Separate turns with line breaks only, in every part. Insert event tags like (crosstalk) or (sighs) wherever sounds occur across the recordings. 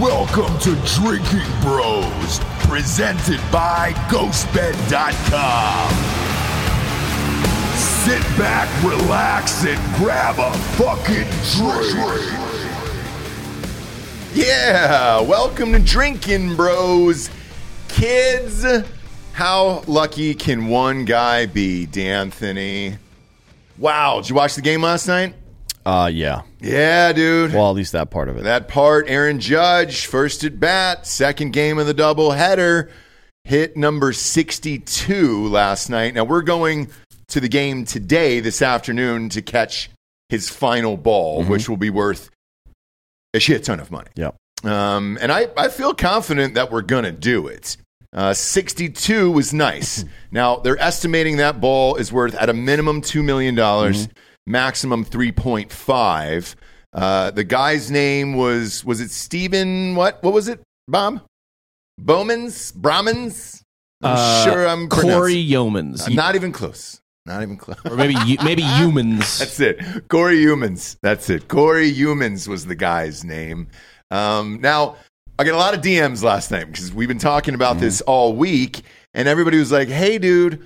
Welcome to Drinking Bros, presented by GhostBed.com. Sit back, relax, and grab a fucking drink.
Yeah, welcome to Drinking Bros. Kids, how lucky can one guy be, D'Anthony? Wow, did you watch the game last night?
Uh, yeah.
Yeah, dude.
Well, at least that part of it.
that part, Aaron Judge, first at bat, second game of the doubleheader, hit number 62 last night. Now we're going to the game today, this afternoon, to catch his final ball, which will be worth a shit ton of money.
Yep.
Um, and I, I feel confident that we're going to do it. Uh, 62 was nice. Now, they're estimating that ball is worth at a minimum $2 million, maximum 3.5. Uh, the guy's name was, was it Steven, what? What was it, Bob? Bowman's? Brahmins? I'm sure I'm
Uh, Corey
pronouncing-
Yeomans.
I'm not even close. Not even close.
or maybe you-
(laughs)
maybe humans.
That's it. Corey Humans. That's it. Corey Humans was the guy's name. Um, now, I got a lot of DMs last night because we've been talking about this all week, and everybody was like, hey, dude,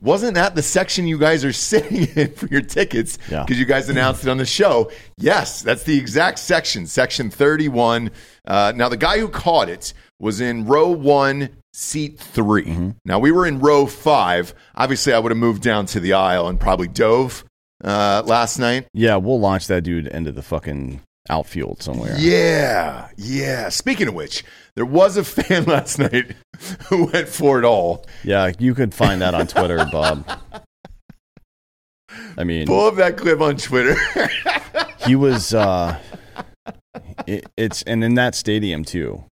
wasn't that the section you guys are (laughs) sitting in for your tickets?
Yeah.
Because you guys announced it on the show. Yes, that's the exact section, section 31. Uh, now, the guy who caught it was in row one, seat 3 Now, we were in row five. Obviously, I would have moved down to the aisle and probably dove uh, last night.
Yeah, we'll launch that dude into the fucking outfield somewhere.
Yeah, yeah. Speaking of which, there was a (laughs) fan last night who went for it all.
Yeah, you could find that on Twitter, Bob. I mean,
Pull up that clip on Twitter. (laughs)
he was. uh it, It's and in that stadium too.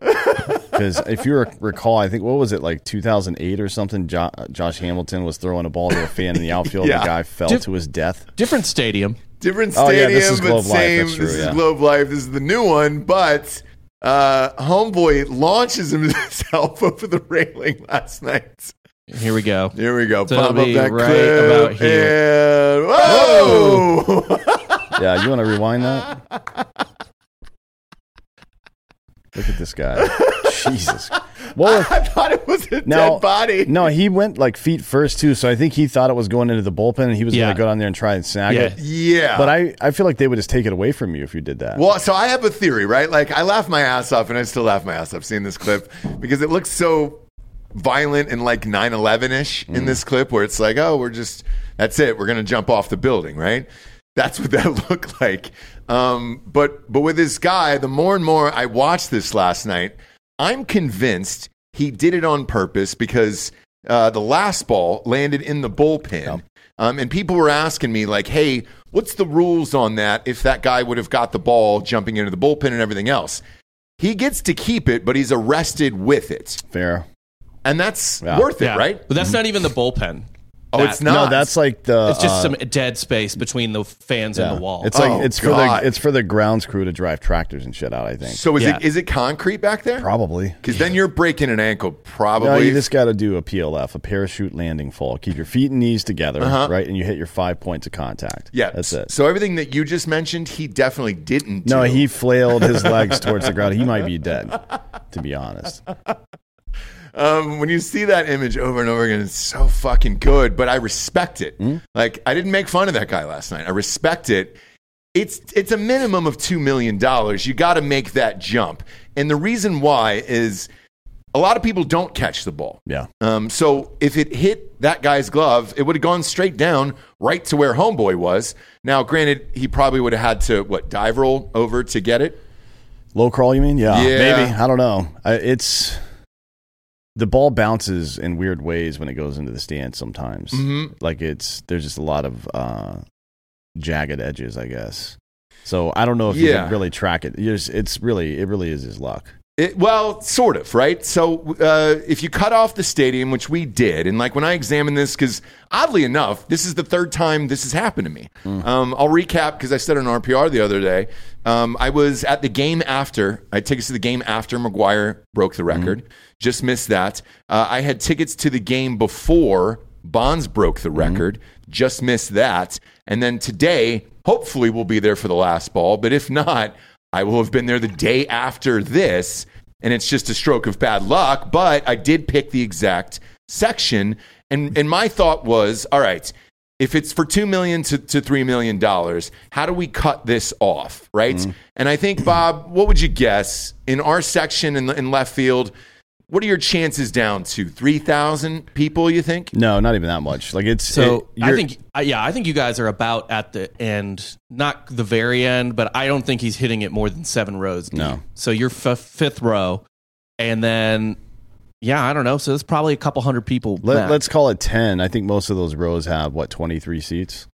Because if you rec- recall, I think what was it like 2008 or something? Jo- Josh Hamilton was throwing a ball to a fan in the outfield.
Yeah.
The guy fell
Did-
to his death.
Different stadium.
Different
Oh,
stadium,
yeah, this is
but
Globe Life.
same.
That's true,
this
yeah.
is Globe Life. This is the new one. But uh, Homeboy launches (laughs) himself over the railing last night.
Here we go.
Here we go.
So
Pop up
it'll be
that
right
clip.
about here.
And
Oh!
whoa!
Yeah, you want to rewind that? Look at this guy. Jesus. Well,
(laughs)
if-
I thought it was a
now,
dead body.
No, he went like feet first too, so I think he thought it was going into the bullpen and he was
Yeah.
going to go down there and try and snag
Yeah.
it.
Yeah.
But I, I feel like they would just take it away from you if you did that.
Well, so I have a theory, right? Like I laugh my ass off, and I still laugh my ass off seeing this clip because it looks so violent and like 9/11 ish in this clip, where it's like, oh, we're just that's it, we're gonna jump off the building, right? That's what (laughs) that looked like. Um, but but with this guy, the more and more I watched this last night, I'm convinced he did it on purpose because uh, the last ball landed in the bullpen. Um, and people were asking me, like, hey, what's the rules on that if that guy would have got the ball jumping into the bullpen and everything else? He gets to keep it, but he's arrested with it.
Fair.
And that's
Yeah.
worth it, right?
But that's not even the bullpen.
Oh,
That-
it's not.
No, that's like the.
It's just
uh,
some dead space between the fans
yeah.
and the wall.
It's like
Oh,
it's for
God.
the it's for the grounds crew to drive tractors and shit out. I think
So is,
Yeah.
it, is it concrete back there?
probably.
Because then you're breaking an ankle, probably.
No, you just got to do a PLF, a parachute landing fall. Keep your feet and knees together, right, and you hit your five points of contact.
Uh-huh. yeah.
that's it.
So everything that you just mentioned, he definitely didn't
No,
do.
he flailed his legs towards the ground. He might be dead, to be honest.
um, when you see that image over and over again, it's so fucking good. But I respect it. Like I didn't make fun of that guy last night. I respect it. It's it's a minimum of two million dollars. You got to make that jump, and the reason why is a lot of people don't catch the ball.
Yeah.
Um, so if it hit that guy's glove, it would have gone straight down right to where homeboy was. Now, granted, he probably would have had to what dive roll over to get it.
Low crawl, you mean? Yeah,
Yeah.
maybe. I don't know. I, it's the ball bounces in weird
Mm-hmm.
ways when it goes into the stand sometimes. Like it's there's just a lot of uh, jagged edges, I guess. So I don't know if you
Yeah.
can really track it. It's, it's really, it really is his luck.
It, well, sort of, right? So uh, if you cut off the stadium, which we did, and like when I examined this, because oddly enough, this is the third time this has happened to me. Um, I'll recap because I said on RPR the other day, um, I was at the game after, I had tickets to the game after McGuire broke the record, just missed that. Uh, I had tickets to the game before Bonds broke the record, just missed that. And then today, hopefully, we'll be there for the last ball, but if not, I will have been there the day after this, and it's just a stroke of bad luck. But I did pick the exact section, and and my thought was, all right, if it's for two million to, to three million dollars, how do we cut this off, right? And I think Bob, what would you guess in our section in, the- in left field? What are your chances down to three thousand people? You think?
No, not even that much. Like
Oh,
it's
So
it-
I
you're-
think, I- yeah, I think you guys are about at the end, not the very end, but I don't think he's hitting it more than seven rows. deep.
No.
So you're f- fifth row, and then, yeah, I don't know. So it's probably a couple hundred people.
let,
back.
let's call it ten. I think most of those rows have what twenty three seats.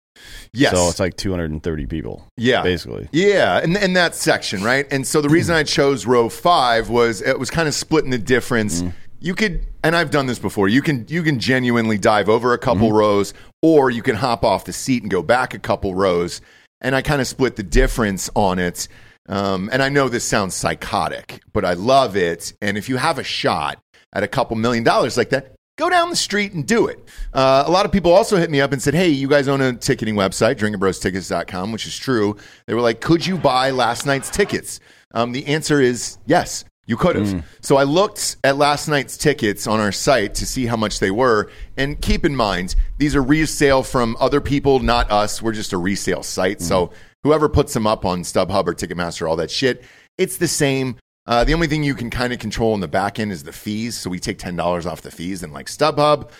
Yes.
So it's like two hundred and thirty people.
Yeah.
basically.
Yeah, and in that section, right? And so the reason I chose row five was it was kind of splitting the difference. You could, and I've done this before. You can you can genuinely dive over a couple rows, or you can hop off the seat and go back a couple rows. And I kind of split the difference on it. Um, and I know this sounds psychotic, but I love it. And if you have a shot at a couple million dollars like that, go down the street and do it. Uh, a lot of people also hit me up and said, hey, you guys own a ticketing website, drinkingbrostickets.com, which is true. They were like, could you buy last night's tickets? Um, the answer is yes, you could have. So I looked at last night's tickets on our site to see how much they were. And keep in mind, these are resale from other people, not us. We're just a resale site. So whoever puts them up on StubHub or Ticketmaster, all that shit, it's the same. Uh, the only thing you can kind of control in the back end is the fees. So we take ten dollars off the fees and like StubHub.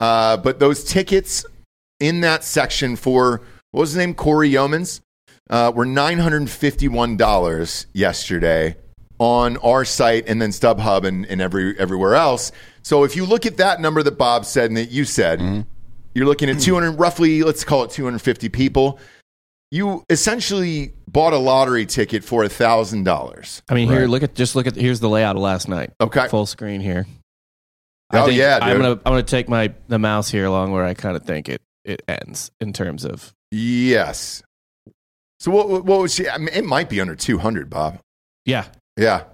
Uh, but those tickets in that section for what was his name, Corey Yeomans, uh, were nine hundred and fifty-one dollars yesterday on our site and then StubHub and, and every everywhere else. So if you look at that number that Bob said and that you said, you're looking at two hundred, roughly, let's call it two hundred fifty people. You essentially bought a lottery ticket for thousand dollars.
I mean, here, look at just look at here's the layout of last night.
Okay.
full screen here.
Oh,
think
yeah,
I'm
dude.
gonna I'm gonna take my the mouse here along where I kind of think it it ends in terms of
Yes. So what? What was she? I mean, it might be under two hundred, Bob.
yeah.
Yeah.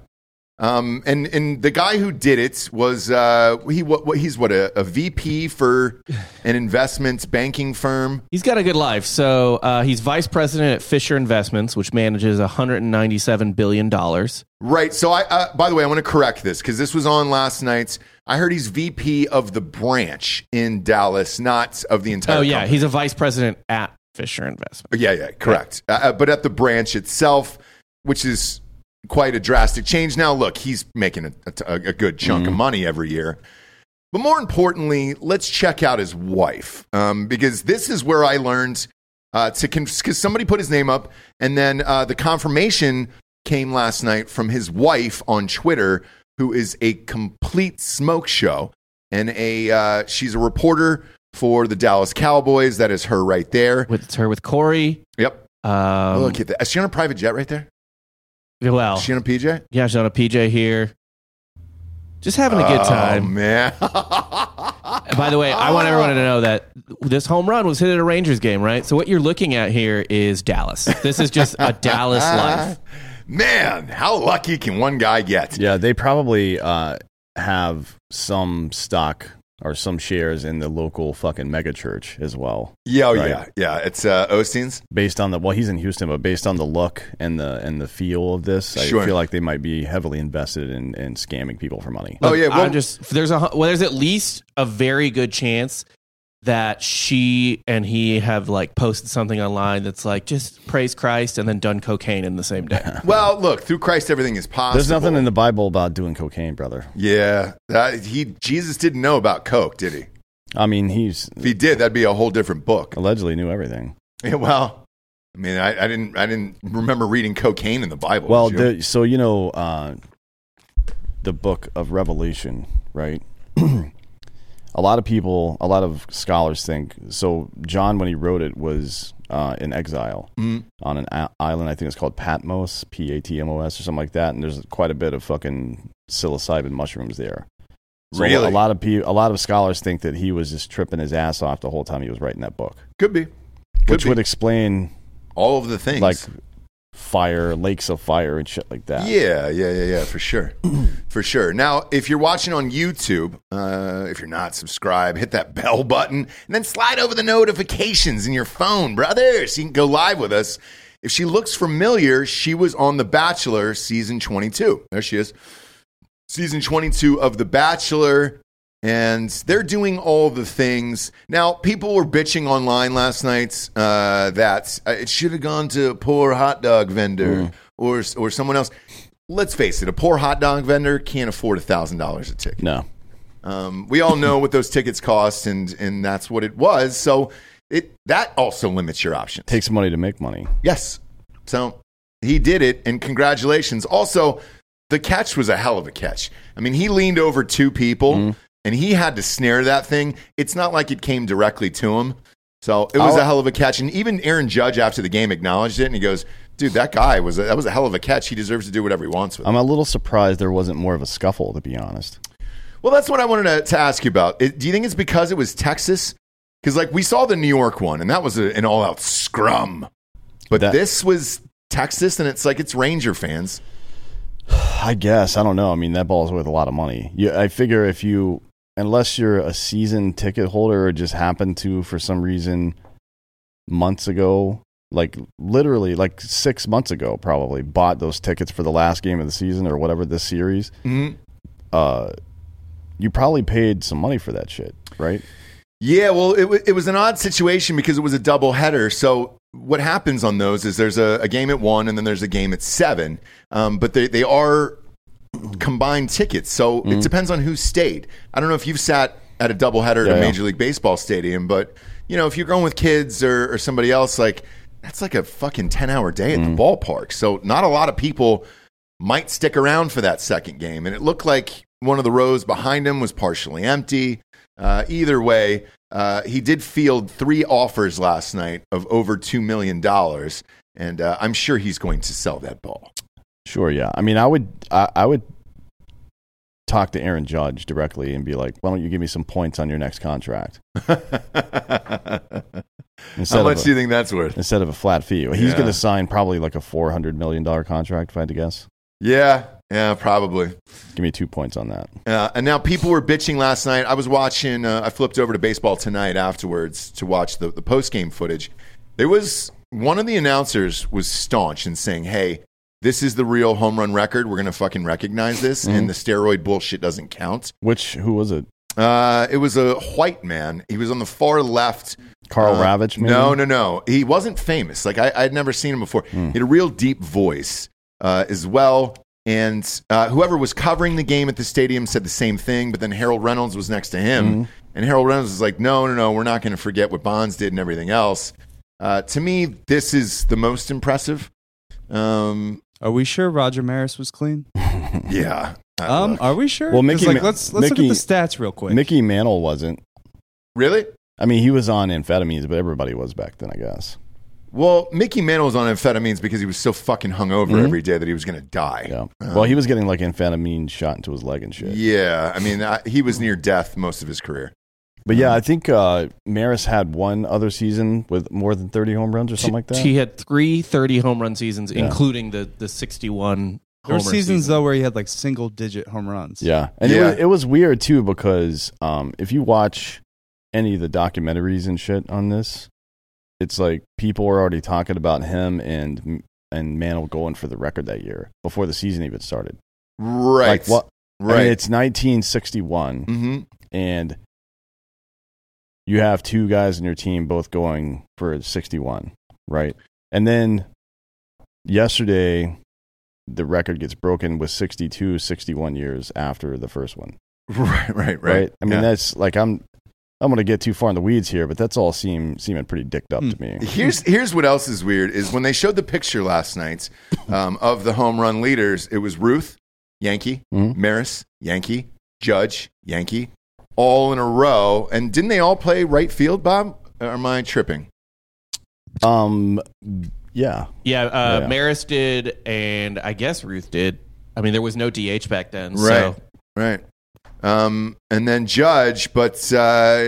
Um, and and the guy who did it was uh, he what, what he's what a, a VP for an investments banking firm.
He's got a good life. So uh, he's vice president at Fisher Investments, which manages 197 billion dollars.
Right. So I uh, by the way, I want to correct this because this was on last night's. I heard he's VP of the branch in Dallas, not of the entire.
Oh yeah,
company.
he's a vice president at Fisher Investment.
Yeah, yeah, correct. Uh, Uh, but at the branch itself, which is quite a drastic change. Now, look, he's making a, a t- a- a good chunk of money every year. But more importantly, let's check out his wife um, because this is where I learned uh, to because somebody put his name up, and then uh, the confirmation came last night from his wife on Twitter, who is a complete smoke show, and a uh, she's a reporter for the Dallas Cowboys. That is her right there.
With it's her with Corey.
Yep.
Um, Oh.
Look at that. Is she on a private jet right there?
well,
Is she on a PJ?
yeah, she's on a PJ here. Just having a good
Oh,
time.
man.
By the way, I want everyone to know that this home run was hit at a Rangers game, right? So what you're looking at here is Dallas. This is just a Dallas life.
(laughs) man, how lucky can one guy get?
Yeah, they probably uh, have some stock or some shares in the local fucking mega church as well.
Yeah, oh,
Right.
yeah. Yeah, it's uh, Osteen's.
Based on the well, he's in Houston, but based on the look and the and the feel of this,
Sure.
I feel like they might be heavily invested in, in scamming people for money.
Oh, yeah.
I'm
Well,
just there's a well, there's at least a very good chance that she and he have like posted something online that's like just praise Christ and then done cocaine in the same day.
well, look, through Christ, everything is possible.
There's nothing in the Bible about doing cocaine, brother.
Yeah. That, he, Jesus didn't know about Coke, did he?
I mean, he's
If he did, that'd be a whole different book.
allegedly knew everything.
Yeah, well, I mean, I, I didn't. I didn't remember reading cocaine in the Bible.
Well,
did you?
the, so you know uh, the book of Revelation, right? (clears throat) a lot of people, a lot of scholars think so. John, when he wrote it, was uh, in exile
Mm.
on an i- island. I think it's called Patmos, P A T M O S, or something like that. And there's quite a bit of fucking psilocybin mushrooms there. So a-
Really?
a lot of people, a lot of scholars think that he was just tripping his ass off the whole time he was writing that book,
Could be.
which
be.
would explain
All of the things.
like fire, lakes of fire, and shit like that.
Yeah, yeah, yeah, yeah, for sure. (clears throat) for sure. Now, if you're watching on YouTube, uh, if you're not, subscribe, hit that (laughs) bell button, and then slide over the notifications in your phone, brother, so you can go live with us. If she looks familiar, she was on The Bachelor season 22. There she is. Season 22 of The Bachelor. And they're doing all the things. Now, people were bitching online last night uh, that uh, it should have gone to a poor hot dog vendor or, or someone else. Let's face it, a poor hot dog vendor can't afford $1,000 a ticket.
No,
Um, we all know what those tickets cost, and, and that's what it was. So it, that also limits your options.
takes money to make money.
Yes. So he did it, and congratulations. Also, the catch was a hell of a catch. I mean, he leaned over two people
Mm-hmm.
and he had to snare that thing. It's not like it came directly to him. So it was
I'll-
a hell of a catch. And even Aaron Judge after the game acknowledged it and he goes, Dude, that guy was a, that was a hell of a catch. He deserves to do whatever he wants with it.
I'm a little surprised there wasn't more of a scuffle, to be honest. (sighs)
Well, that's what I wanted to, to ask you about. It- do you think it's because it was Texas? Because like we saw the New York one, and that was a, an all-out scrum, but
That-
this was Texas, and it's like it's Ranger fans.
I guess I don't know. I mean, that ball's worth a lot of money. You, I figure if you, unless you're a season ticket holder or just happened to for some reason months ago, like literally like six months ago, probably bought those tickets for the last game of the season or whatever this series. Uh, you probably paid some money for that shit, right?
Yeah, well, it, wa it was an odd situation because it was a double header. So what happens on those is there's a, a game at one, and then there's a game at seven. Um, but they they are combined tickets, so
Mm-hmm.
it depends on who stayed. I don't know if you've sat at a double header at
Yeah,
a
yeah.
Major League Baseball stadium, but you know if you're going with kids or, or somebody else, like that's like a fucking ten hour day at
Mm-hmm.
the ballpark. So not a lot of people might stick around for that second game. And it looked like one of the rows behind him was partially empty. Uh, either way, uh, he did field three offers last night of over $2 million. And uh, I'm sure he's going to sell that ball. (laughs)
Sure, yeah. I mean, I would, I, I would talk to Aaron Judge directly and be like, "Why don't you give me some points on your next contract?" Instead
How
of
much
a-
do you think that's worth?
instead of a flat fee. He's
Yeah.
going to sign probably like a four hundred million dollar contract, if I had to guess.
Yeah, yeah, probably.
Give me two points on that.
Uh, and now people were bitching last night. I was watching. Uh, I flipped over to baseball tonight afterwards to watch the, the post game footage. There was one of the announcers was staunch in saying, "Hey, this is the real home run record. We're gonna fucking recognize this,
Mm-hmm.
and the steroid bullshit doesn't count."
Which who was it?
Uh, it was a white man. He was on the far left.
Carl
Uh,
Ravitch? Maybe?
No, no, no. He wasn't famous. Like I, I'd never seen him before.
Hmm.
He had a real deep voice uh, as well. And uh, whoever was covering the game at the stadium said the same thing. But then Harold Reynolds was next to him,
Hmm.
and Harold Reynolds was like, "No, no, no. We're not going to forget what Bonds did and everything else." Uh, to me, this is the most impressive. Um,
Are we sure Roger Maris was clean?
yeah. I
Um,
look.
are we sure?
Well,
'Cause,
Mickey
like,
Ma-
let's let's
Mickey-
look at the stats real quick.
Mickey Mantle wasn't.
really?
I mean, he was on amphetamines, but everybody was back then, I guess.
Well, Mickey Mantle was on amphetamines because he was so fucking hungover every day that he was going to die.
Hmm. Yeah. well, he was getting like amphetamine shot into his leg and shit.
Uh, Yeah, I mean, I, he was near death most of his career.
But yeah, I think uh, Maris had one other season with more than thirty home runs or something like that.
He had three 30 home run seasons,
Yeah.
including the, the 61
there were
homer
seasons
season.
though where he had like single digit home runs.
Yeah, and It,
Yeah.
was, it was weird too because um, if you watch any of the documentaries and shit on this, it's like people were already talking about him and and Mantle going for the record that year before the season even started.
Right.
Like what?
Right.
I mean, it's 1961,
hmm
and you have two guys in your team both going for 61, right? And then yesterday, the record gets broken with 62, 61 years after the first one
(laughs) Right. Right. Right.
right? I mean,
Yeah.
that's like I'm I'm gonna get too far in the weeds here, but that's all seem seeming pretty dicked up
Hmm.
to me.
Here's here's what else is weird is when they showed the picture last night um, of the home run leaders. It was Ruth Yankee,
Mhm.
Maris Yankee, Judge Yankee, all in a row. And didn't they all play right field, Bob? Or am I tripping?
Um, yeah,
Yeah, uh,
Yeah.
Maris did, and I guess Ruth did. I mean, there was no DH back then.
Right.
So
Right. Um, and then Judge, but uh,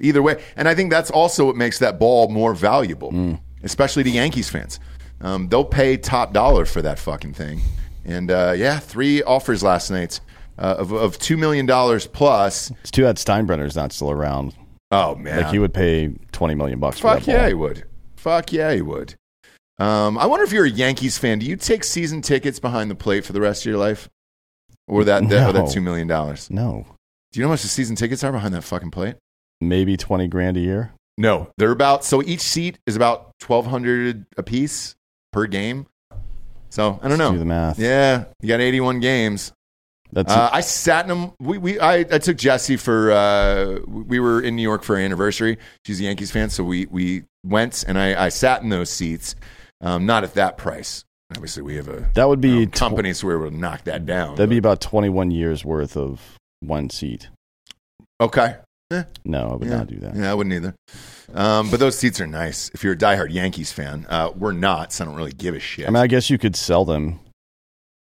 either way. And I think that's also what makes that ball more valuable,
Mm.
especially to Yankees fans. Um, they'll pay top dollar for that fucking thing. And uh, yeah, three offers last night uh, of, of $2 million plus.
it's too bad Steinbrenner's not still around.
Oh, man.
Like he would pay twenty million bucks for
Fuck
that ball.
yeah, he would. Fuck yeah, he would. Um, I wonder if you're a Yankees fan. Do you take season tickets behind the plate for the rest of your life, or that, that- or that
No.
two million dollars?
No,
Do you know how much the season tickets are behind that fucking plate?
maybe twenty grand a year.
No, they're about so each seat is about twelve hundred a piece per game. So I don't
Let's
know.
Do the math.
Yeah, you got eighty-one games.
That's
Uh, I sat in them. We, we I, I took Jesse for uh, we were in New York for our anniversary. She's a Yankees fan, so we we went and I, I sat in those seats. Um, not at that price. Obviously, we have a
that would be
um,
tw-
company, so we were able to knock that down.
That'd be about twenty-one years worth of one seat.
okay.
No, I would
Yeah.
not do that.
Yeah, I wouldn't either. Um, but those seats are nice. If you're a diehard Yankees fan, uh, we're not, so I don't really give a shit.
I mean, I guess you could sell them.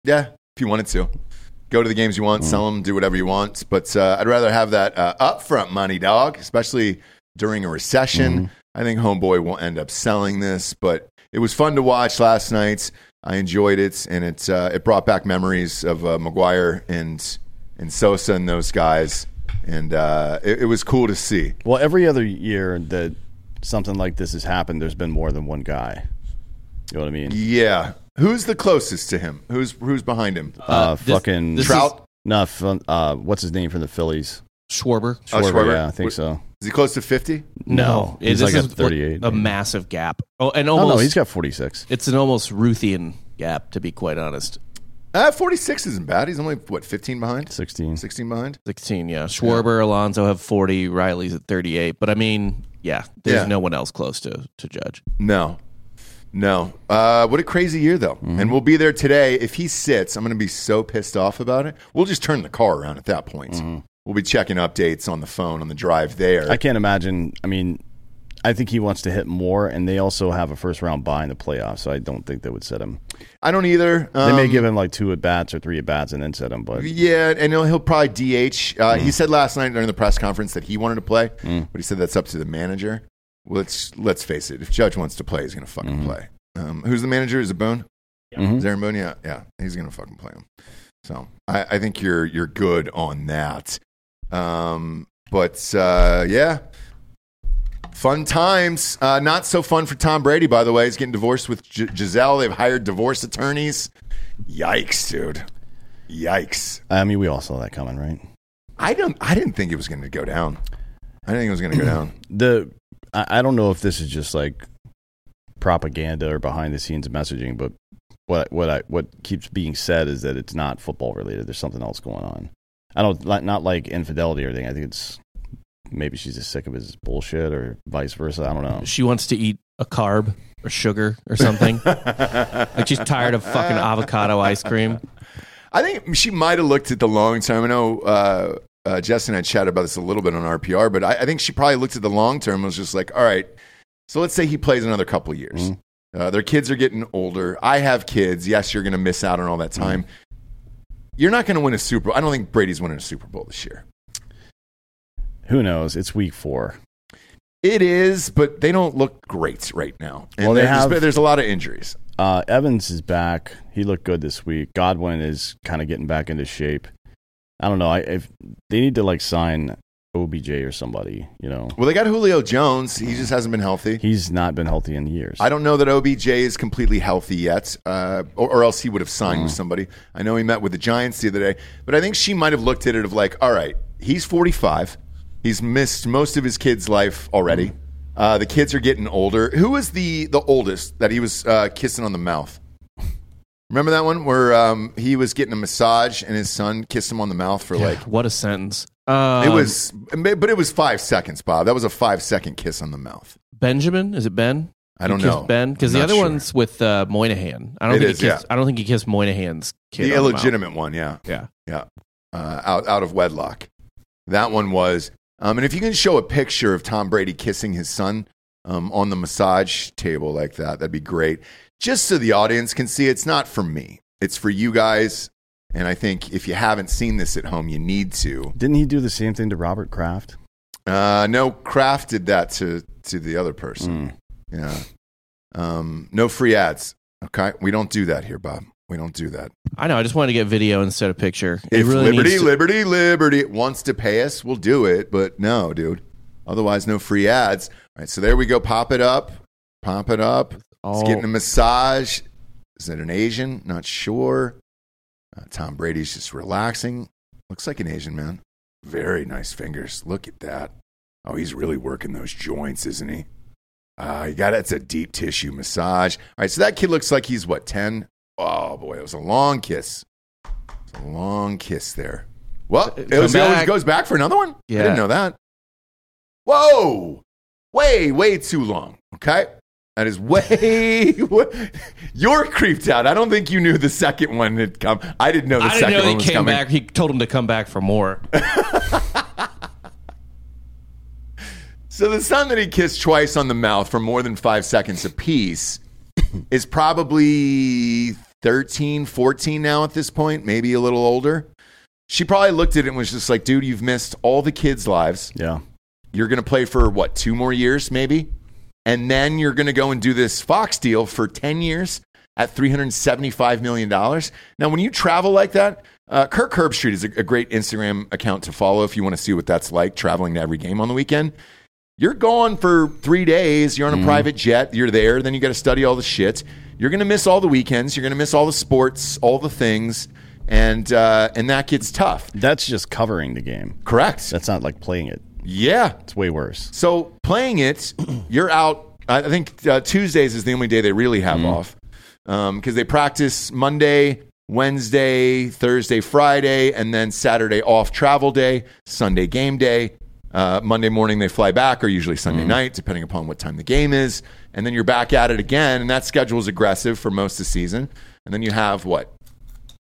Yeah, if you wanted to. Go to the games you
Mm.
want, sell 'em, sell them, do whatever you want. But uh, I'd rather have that uh, upfront money, dog, especially during a recession.
Mm-hmm.
I think Homeboy will end up selling this, but it was fun to watch last night. I enjoyed it, and it, uh, it brought back memories of uh, McGuire and, and Sosa and those guys. And uh, it, it was cool to see.
Well, every other year that something like this has happened, there's been more than one guy. You know what I mean?
Yeah. Who's the closest to him? Who's, who's behind him?
Uh,
this-
fucking
this is-
Trout?
No, fun, uh, what's his name from the Phillies?
Schwarber.
Oh, Schwarber?
Uh, Yeah, I think so.
Is he close to 50?
No,
It-
he's
this
like at
is what-
38,
A
maybe.
massive gap. Oh, and
Oh
almost.
no, he's got forty-six.
It's an almost Ruthian gap, to be quite honest.
Uh, 46 isn't bad. He's only, what, 15 behind?
16.
16 behind?
16, yeah. Schwarber, Alonso have 40, Riley's at 38. But I mean, yeah, there's
Yeah.
no one else close to, to judge.
No. No. Uh, what a crazy year, though.
Mm-hmm.
And we'll be there today. If he sits, I'm going to be so pissed off about it. We'll just turn the car around at that point. We'll be checking updates on the phone on the drive there.
Mm-hmm. I can't imagine. I mean, I think he wants to hit more, and they also have a first-round bye in the playoffs, so I don't think they would set him.
I don't either.
They may
Um,
give him like two at bats or three at bats and then set him, but
Yeah, and he'll, he'll probably DH. Uh, He said last night during the press conference that he wanted to play, but he said that's up to the manager. Let's let's face it. If Judge wants to play, he's going to fucking play. Um, who's the manager? Is it Boone?
Mhm.
Is Aaron Boone? Yeah, yeah. He's going to fucking play him. So I, I think you're you're good on that. Um, but uh, yeah, fun times. Uh, not so fun for Tom Brady, by the way. He's getting divorced with G- Giselle. They've hired divorce attorneys. Yikes, dude. Yikes.
I mean, we all saw that coming, right?
I don't. I didn't think it was going to go down. I didn't think it was going to go down.
(clears throat) the I, I don't know if this is just like propaganda or behind the scenes messaging, but what what I what keeps being said is that it's not football related. There's something else going on. I don't not, not like infidelity or anything. I think it's maybe she's just sick of his bullshit or vice versa. I don't know.
She wants to eat a carb or sugar or
(laughs)
something. (laughs) like she's tired of fucking avocado ice cream.
I think she might have looked at the long term. I know uh, uh, Jess and I chatted about this a little bit on RPR, but I, I think she probably looked at the long term and was just like, all right, so let's say he plays another couple years.
Mm-hmm.
Uh, their kids are getting older. I have kids. Yes, you're going to miss out on all that
Mm-hmm.
time. You're not going to win a Super Bowl. I don't think Brady's winning a Super Bowl this year.
Who knows? It's week four.
It is, but they don't look great right now. And
Well, they
there's-
have-
there's a lot of injuries.
Uh, Evans is back. He looked good this week. Godwin is kind of getting back into shape. I don't know. I if they need to like sign OBJ or somebody, you know,
Well, they got Julio Jones. He just hasn't been healthy.
he's not been healthy in years.
I don't know that OBJ is completely healthy yet, uh, or, or else he would have signed
Mm.
with somebody. I know he met with the Giants the other day, but I think she might have looked at it of like, all right, he's 45. He's missed most of his kid's life already.
Mm.
Uh, the kids are getting older. Who was the, the oldest that he was uh, kissing on the mouth? Remember that one where um, he was getting a massage and his son kissed him on the mouth (laughs) for like
What a sentence. Um,
it was, but it was five seconds, Bob. That was a five second kiss on the mouth.
Benjamin. Is it Ben?
I don't
he kissed
know.
Ben because
I'm
the
not
other
sure.
one's with uh, Moynihan. I don't
It
think
is,
he kissed,
yeah.
I don't think he kissed Moynihan's kid.
the
on mouth.
illegitimate one, yeah,
Yeah.
yeah, uh, out out of wedlock. That one was. Um, and if you can show a picture of Tom Brady kissing his son um, on the massage table like that, that'd be great. Just so the audience can see, it's not for me, it's for you guys. And I think if you haven't seen this at home, you need to.
Didn't he do the same thing to Robert Kraft?
Uh, no, Kraft did that to, to the other person.
Mm.
Yeah. Um, no free ads. Okay. We don't do that here, Bob. We don't do that.
I know. I just wanted to get video instead of picture. It
If
really
Liberty,
needs to-
Liberty, Liberty wants to pay us, we'll do it. But no, dude. Otherwise, no free ads. All right, so there we go. Pop it up. Pop it up. He's
Oh.
getting a massage. Is it an Asian? Not sure. Uh, Tom Brady's just relaxing. Looks like an Asian man. Very nice fingers. Look at that. Oh, he's really working those joints, isn't he? Ah, you got That's a deep tissue massage. All right, so that kid looks like he's what, 10? Oh, boy, it was a long kiss. It was a long kiss there. Well, it,
Come
was, it always
back.
goes back for another one? I
Yeah.
didn't know that. Whoa! Way, way too long, okay? That is way. (laughs) You're creeped out. I don't think you knew the second one had come. I didn't know the
I didn't
second
know
one
he
was
came
coming.
back. He told him to come back
(laughs)
for more.
So the son that he kissed twice on the mouth for more than five seconds apiece is probably 13, 14 now at this point, maybe a little older. She probably looked at it and was just like, dude, you've missed all the kids' lives.
Yeah.
You're going to play for what, two more years maybe? And then you're going to go and do this Fox deal for 10 years at $375 million. Now, when you travel like that, uh, Kirk Herbstreit is a, a great Instagram account to follow if you want to see what that's like traveling to every game on the weekend. You're gone for three days. You're on a private jet. You're there. Then you got to study all the shit. You're going to miss all the weekends. You're going to miss all the sports, all the things. And, uh, and that gets tough.
That's just covering the game.
Correct.
That's not like playing it.
Yeah.
It's way worse.
So playing it, (clears throat) you're out. I I think uh, Tuesdays is the only day they really have off because they practice Monday, Wednesday, Thursday, Friday, and then Saturday off travel day, Sunday game day. Uh, Monday morning they fly back, or usually Sunday night, depending upon what time the game is. And then you're back at it again, and that schedule is aggressive for most of the season. And then you have what a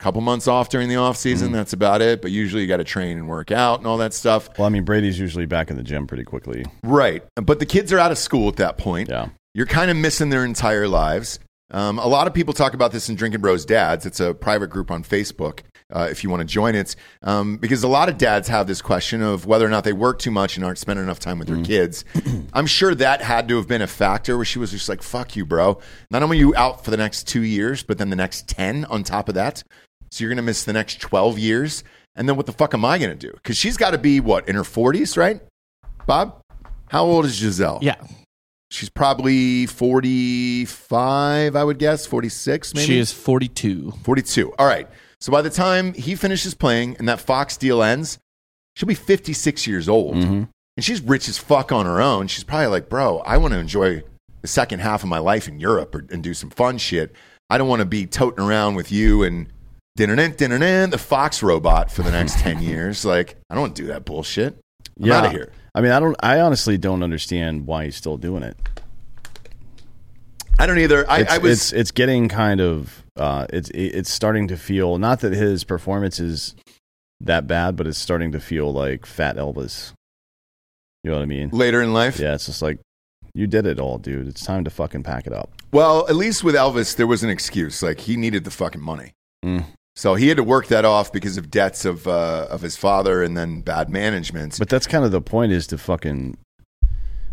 couple months off during the off season. That's about it. But usually you got to train and work out and all that stuff.
Well, I mean, Brady's usually back in the gym pretty quickly.
Right. But the kids are out of school at that point.
Yeah.
You're kind of missing their entire lives. Um, a lot of people talk about this in Drinking Bros Dads. It's a private group on Facebook uh, if you want to join it. Um, because a lot of dads have this question of whether or not they work too much and aren't spending enough time with their kids. I'm sure that had to have been a factor where she was just like, fuck you, bro. Not only are you out for the next two years, but then the next 10 on top of that. So you're going to miss the next 12 years. And then what the fuck am I going to do? Because she's got to be, what, in her 40s, right? Bob, how old is Giselle?
Yeah,
She's probably 45, I would guess, 46 maybe.
she is forty-two.
42. All right. So by the time he finishes playing and that Fox deal ends, she'll be 56 years old.
Mm-hmm.
And she's rich as fuck on her own. She's probably like, bro, I want to enjoy the second half of my life in Europe or, and do some fun shit. I don't want to be toting around with you and din-din-din, din-din-din, the Fox robot for the next
(laughs)
10 years. Like, I don't want to do that bullshit. I'm out of here.
I mean, I don't. I honestly don't understand why he's still doing it.
I don't either. I,
it's,
I was.
it's it's getting kind of uh, it's it's starting to feel not that his performance is that bad, but it's starting to feel like Fat Elvis. You know what I mean?
later in life.
Yeah, it's just like you did it all, dude. It's time to fucking pack it up.
Well, at least with Elvis, there was an excuse. Like he needed the fucking money,
Mm.
so he had to work that off because of debts of uh, of his father and then bad management.
But that's kind of the point is to fucking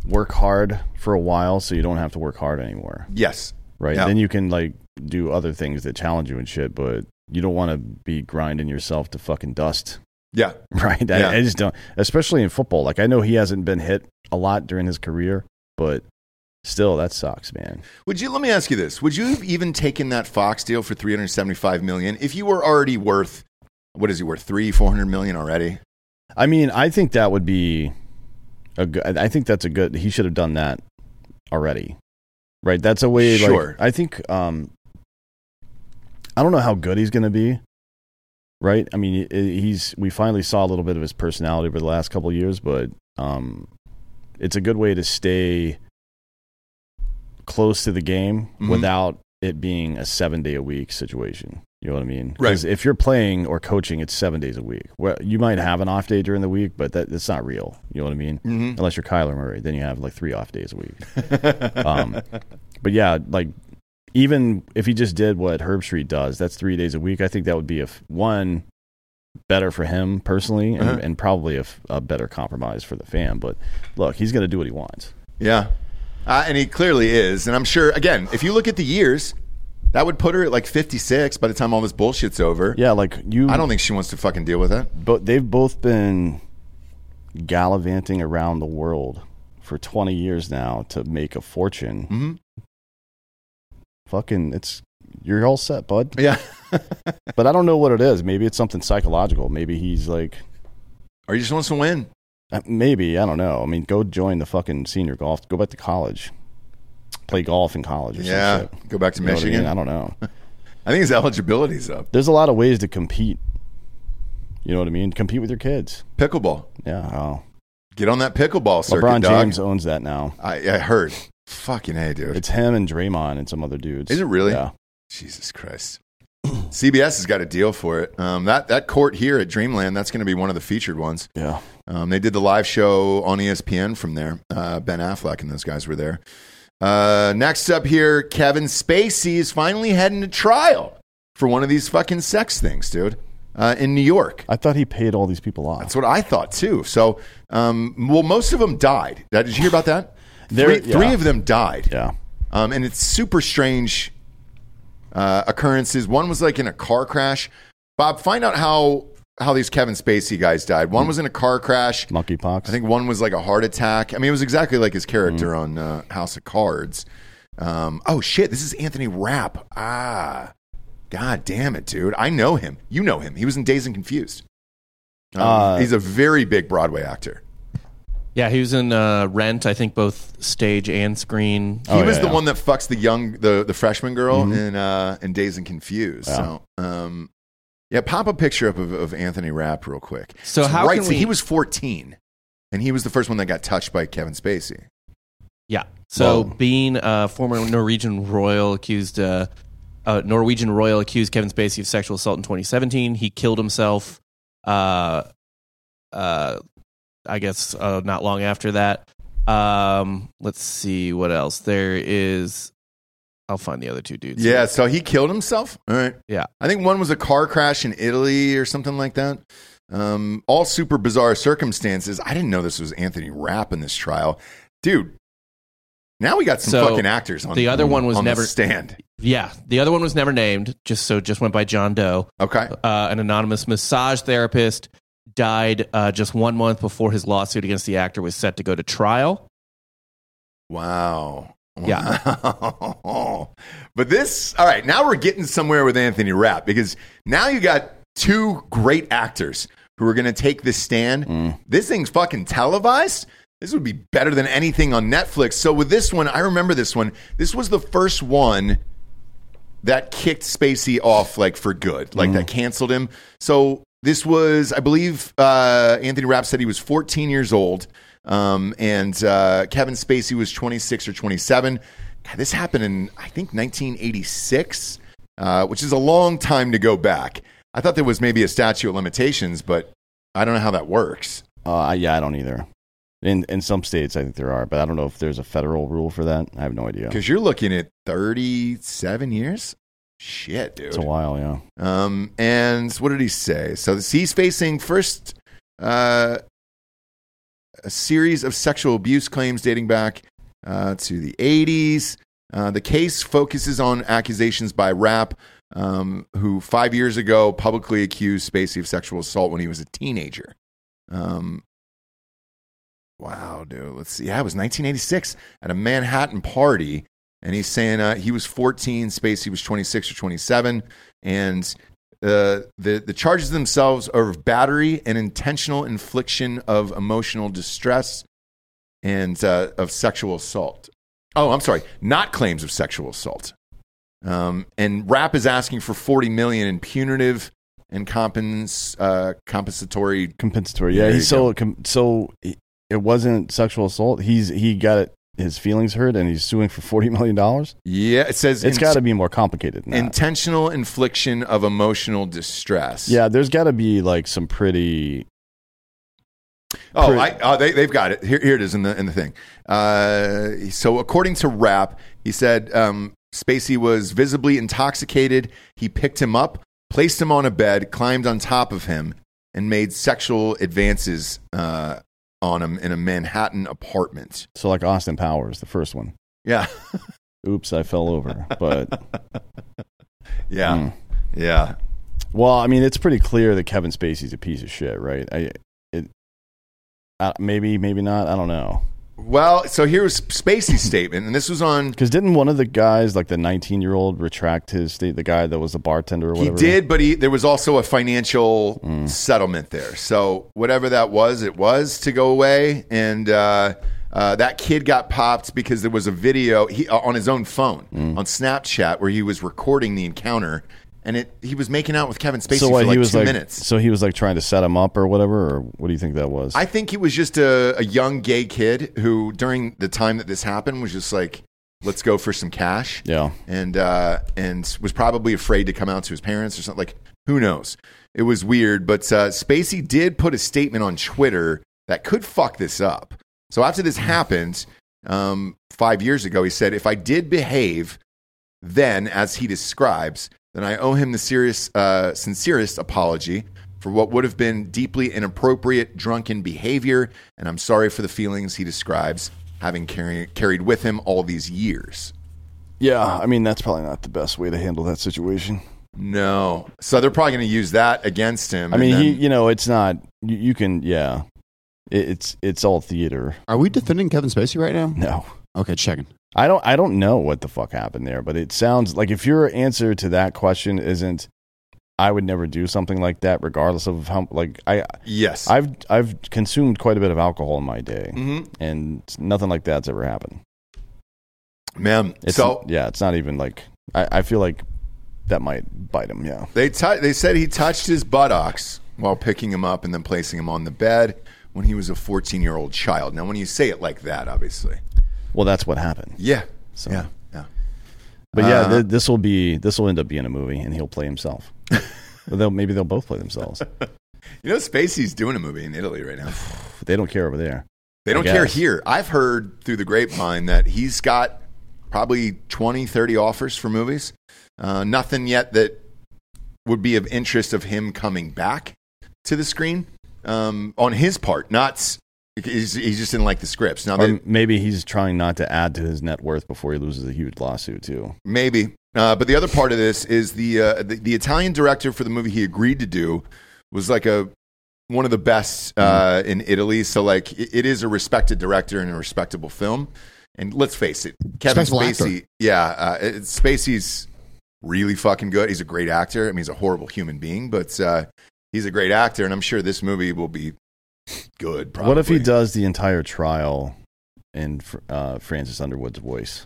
work hard for a while so you don't have to work hard anymore,
yes,
right?
Yeah.
Then you can like do other things that challenge you and shit, but you don't want to be grinding yourself to fucking dust (laughs)
yeah,
right?
Yeah.
I, I just don't, especially in football. Like I know he hasn't been hit a lot during his career, but still, that sucks, man.
Would you let me ask you this? Would you have even taken that Fox deal for 375 million if you were already worth what is he worth? 3 400 million already?
I mean, I think that would be a good. I think that's a good. He should have done that already, right? That's a way.
Sure.
Like, I think. Um, I don't know how good he's going to be, right? I mean, i- he's. We finally saw a little bit of his personality over the last couple of years, but um, it's a good way to stay close to the game
Mhm.
without it being a seven day a week situation. You know what I mean?
Right.
'Cause If you're playing or coaching, it's seven days a week. Well, you might have an off day during the week, but that, that's not real. You know what I mean?
Mm.
Mm-hmm. Unless you're Kyler Murray, then you have like three off days a
(laughs)
week. um, but yeah, like even if he just did what Herb Street does, that's three days a week. I think that would be a f- one better for him personally,
Uh-huh.
and, and probably a, f- a better compromise for the fan. But look, he's going to do what he wants.
Yeah. Uh, and he clearly is. And I'm sure, again, if you look at the years, that would put her at like 56 by the time all this bullshit's over.
Yeah, like you.
I don't think she wants to fucking deal with it.
but they've both been gallivanting around the world for 20 years now to make a fortune.
Mhm.
Fucking, it's you're all set, bud. (laughs)
Yeah.
But I don't know what it is. Maybe it's something psychological. Maybe he's like,
or he just wants to win.
uh, maybe I don't know. I mean, go join the fucking senior golf. Go back to college. Play golf in college. Or some
Yeah.
shit.
Go back to
You know what I mean?
Michigan.
I
(laughs)
don't know.
I think his eligibility's up.
There's a lot of ways to compete. You know what I mean? Compete with your kids.
Pickleball.
Yeah. Oh.
Get on that pickleball circuit,
LeBron
dog.
James owns that now.
I, I heard. Fucking A, dude.
It's him and Draymond and some other dudes.
Is it really?
Yeah.
Jesus Christ. (clears throat) CBS has got a deal for it. Um, that, that court here at Dreamland, that's going to be one of the featured ones.
Yeah.
Um, they did the live show on E ESPN from there. Uh, ben Affleck and those guys were there. Uh, next up here, Kevin Spacey is finally heading to trial for one of these fucking sex things, dude, uh, in New York.
I thought he paid all these people off.
That's what I thought too. So, um, well, most of them died. That- Did you hear about that?
(sighs) There-
three, three
yeah.
of them died.
yeah.
Um, and it's super strange uh, occurrences. One was like in a car crash. Bob, find out how how these Kevin Spacey guys died.
Hmm.
One was in a car crash.
Monkeypox.
I think one was like a heart attack. I mean, it was exactly like his character on uh, House of Cards. Um, oh shit, this is Anthony Rapp. Ah, god damn it, dude. I know him. You know him. He was in Days and Confused. Um,
Uh,
he's a very big Broadway actor.
Yeah, he was in uh, Rent, I think both stage and screen.
He
Oh,
was
yeah,
the
yeah.
one that fucks the young the the freshman girl in uh in Days and Confused. So um yeah, pop a picture up of, of Anthony Rapp real quick.
So
It's
how
right,
can
so
we-
he was fourteen and he was the first one that got touched by Kevin Spacey.
Yeah. So
Whoa.
being a former Norwegian royal accused, uh, uh, Norwegian royal accused Kevin Spacey of sexual assault in 2017. He killed himself. Uh, uh, I guess uh, not long after that. Um, let's see what else there is. I'll find the other two dudes.
Yeah, so he killed himself. All right.
Yeah.
I think one was a car crash in Italy or something like that. Um, all super bizarre circumstances. I didn't know this was Anthony Rapp in this trial. Dude, now we got some
So,
fucking actors on
the other one was
on the
never-
stand.
Yeah. The other one was never named. Just so just went by John Doe.
Okay.
uh, an anonymous massage therapist died uh, just one month before his lawsuit against the actor was set to go to trial.
Wow.
Yeah.
Wow. (laughs) But this, all right, now we're getting somewhere with Anthony Rapp because now you got two great actors who are going to take this stand. This thing's fucking televised. This would be better than anything on Netflix. So with this one, I remember this one. This was the first one that kicked Spacey off like for good, like
Mm.
that canceled him. So this was, I believe, uh, Anthony Rapp said he was 14 years old, um, and uh, Kevin Spacey was 26 or 27. God, this happened in I think 1986, uh, which is a long time to go back. I thought there was maybe a statute of limitations, but I don't know how that works.
Uh, yeah, I don't either. In in some states, I think there are, but I don't know if there's a federal rule for that. I have no idea.
Because you're looking at 37 years. Shit, dude.
It's a while, yeah.
Um, and what did he say? So this- he's facing first uh, a series of sexual abuse claims dating back uh, to the 80s. Uh, the case focuses on accusations by Rapp, um, who five years ago publicly accused Spacey of sexual assault when he was a teenager. Um, wow, dude. Let's see. Yeah, it was 1986 at a Manhattan party. And he's saying uh, he was 14, Spacey was 26 or 27. And uh, the, the charges themselves are of battery and intentional infliction of emotional distress and uh, of sexual assault. Oh, I'm sorry, not claims of sexual assault. Um, and Rap is asking for 40 million in punitive and compens- uh, compensatory.
Compensatory.
There
Yeah,
you
he's so com- so. he- It wasn't sexual assault. He's he got it his feelings hurt and he's suing for $40 million?
Yeah, it says
It's
in-
got to be more complicated than that.
intentional infliction of emotional distress.
Yeah, there's got to be like some pretty.
Oh,
Pretty-
I, oh they, they've got it. Here, here it is in the in the thing. Uh, so according to Rap, he said um, Spacey was visibly intoxicated. He picked him up, placed him on a bed, climbed on top of him, and made sexual advances uh, on him in a Manhattan apartment.
So like Austin Powers, the first one.
Yeah, (laughs)
Oops, I fell over. But
yeah,
Mm.
yeah.
well, I mean, it's pretty clear that Kevin Spacey's a piece of shit, right? I, it, uh, maybe, maybe not. I don't know.
Well, so here was Spacey's statement, and this was on.
Because didn't one of the guys, like the 19 year old, retract his state? The guy that was the bartender or
He
whatever. Mm.
did, but he, there was also a financial settlement there. So whatever that was, it was to go away. And uh, uh, that kid got popped because there was a video he, uh, on his own phone
Mm.
on Snapchat where he was recording the encounter, and it he was making out with Kevin Spacey
So
for
what,
like
he was
two
like,
minutes.
so he was like trying to set him up or whatever. Or what do you think that was?
I think he was just a, a young gay kid who, during the time that this happened, was just like, "Let's go for some cash."
yeah.
and uh, and was probably afraid to come out to his parents or something. Like, who knows? It was weird, but uh, Spacey did put a statement on Twitter that could fuck this up. So after this happened um, five years ago, he said, "If I did behave then, as he describes, then I owe him the serious, uh, sincerest apology." For what would have been deeply inappropriate drunken behavior, and I'm sorry for the feelings he describes having carry- carried with him all these years.
Yeah. I mean, that's probably not the best way to handle that situation.
No. So they're probably going to use that against him.
I
and
mean, he,
then-
you know, it's not. You, you can, yeah. It, it's it's all theater.
Are we defending Kevin Spacey right now?
No,
Okay, checking.
I don't. I don't know what the fuck happened there, but it sounds like if your answer to that question isn't, I would never do something like that, regardless of how. Like I,
yes.
I've I've consumed quite a bit of alcohol in my day,
Mm.
Mhm.
and nothing like that's ever happened.
Ma'am.
It's,
so
yeah, it's not even like I, I feel like that might bite him. Yeah,
they, tou they said he touched his buttocks while picking him up and then placing him on the bed when he was a 14 year old child. Now, when you say it like that, obviously.
well, that's what happened.
Yeah.
So-
Yeah. Yeah.
But yeah,
Uh,
th- this will be this will end up being a movie, and he'll play himself. Well, they'll, maybe they'll both play themselves.
You know, Spacey's doing a movie in Italy right now.
But they don't care over there.
They don't
I
care
guess.
here. I've heard through the grapevine that he's got probably 20, 30 offers for movies. Uh, nothing yet that would be of interest of him coming back to the screen um, on his part. Not s- he's, he's just didn't like the scripts. Now,
Or
they,
maybe he's trying not to add to his net worth before he loses a huge lawsuit too.
maybe. Uh, but the other part of this is the, uh, the the Italian director for the movie he agreed to do was like a one of the best uh,
Mm-hmm.
in Italy. So like it, it is a respected director and a respectable film. And let's face it, Kevin
Respectable actor.
Spacey. Yeah, uh, it, Spacey's really fucking good. He's a great actor. I mean, he's a horrible human being, but uh, he's a great actor, and I'm sure this movie will be good. Probably.
What if he does the entire trial in Fr- uh, Francis Underwood's voice?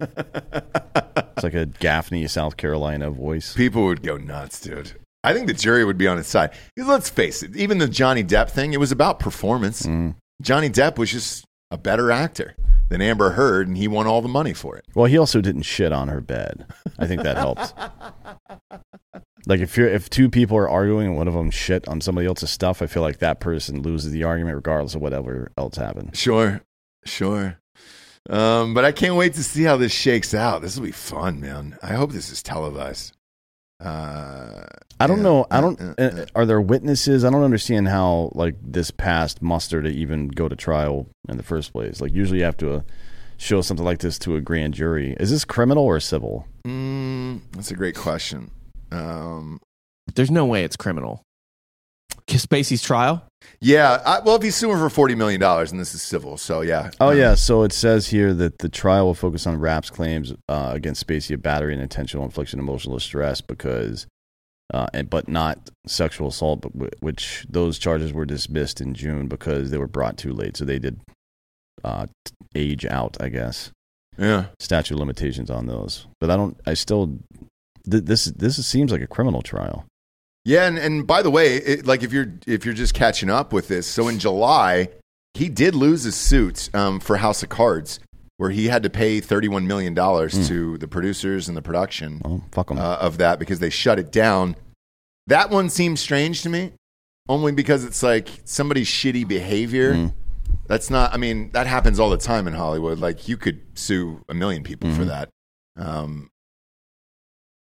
it's like a Gaffney, South Carolina voice.
People would go nuts, dude. I think the jury would be on his side. Because let's face it, even the Johnny Depp thing, it was about performance.
Mm.
Johnny Depp was just a better actor than Amber Heard, and he won all the money for it.
Well, he also didn't shit on her bed. I think
(laughs)
that helped. like if you're if two people are arguing and one of them shit on somebody else's stuff, I feel like that person loses the argument regardless of whatever else happened.
Sure, sure. Um, but I can't wait to see how this shakes out. This will be fun, man. I hope this is televised. Uh,
I don't
Yeah,
know. I
yeah,
don't.
yeah,
uh, Are there witnesses? I don't understand how like this passed muster to even go to trial in the first place. Like usually you have to uh, show something like this to a grand jury. Is this criminal or civil?
mm, that's a great question. Um,
There's no way it's criminal. Spacey's trial.
yeah. I, well, if he's suing for forty million dollars, and this is civil, so yeah.
Oh
Um,
yeah. So it says here that the trial will focus on Rapp's claims uh, against Spacey of battery and intentional infliction of emotional distress because, uh, and, but not sexual assault, but w- which those charges were dismissed in June because they were brought too late. So they did uh, t- age out, I guess.
yeah.
statute of limitations on those. But I don't. I still. Th- this this seems like a criminal trial.
Yeah, and, and by the way, it, like if you're if you're just catching up with this, so in July he did lose his suit um, for House of Cards, where he had to pay $31 million to the producers and the production
Oh, fuck them.
uh, of that because they shut it down. That one seems strange to me, only because it's like somebody's shitty behavior.
Hmm. Mm,
That's not. I mean, that happens all the time in Hollywood. Like you could sue a million people for that. Um,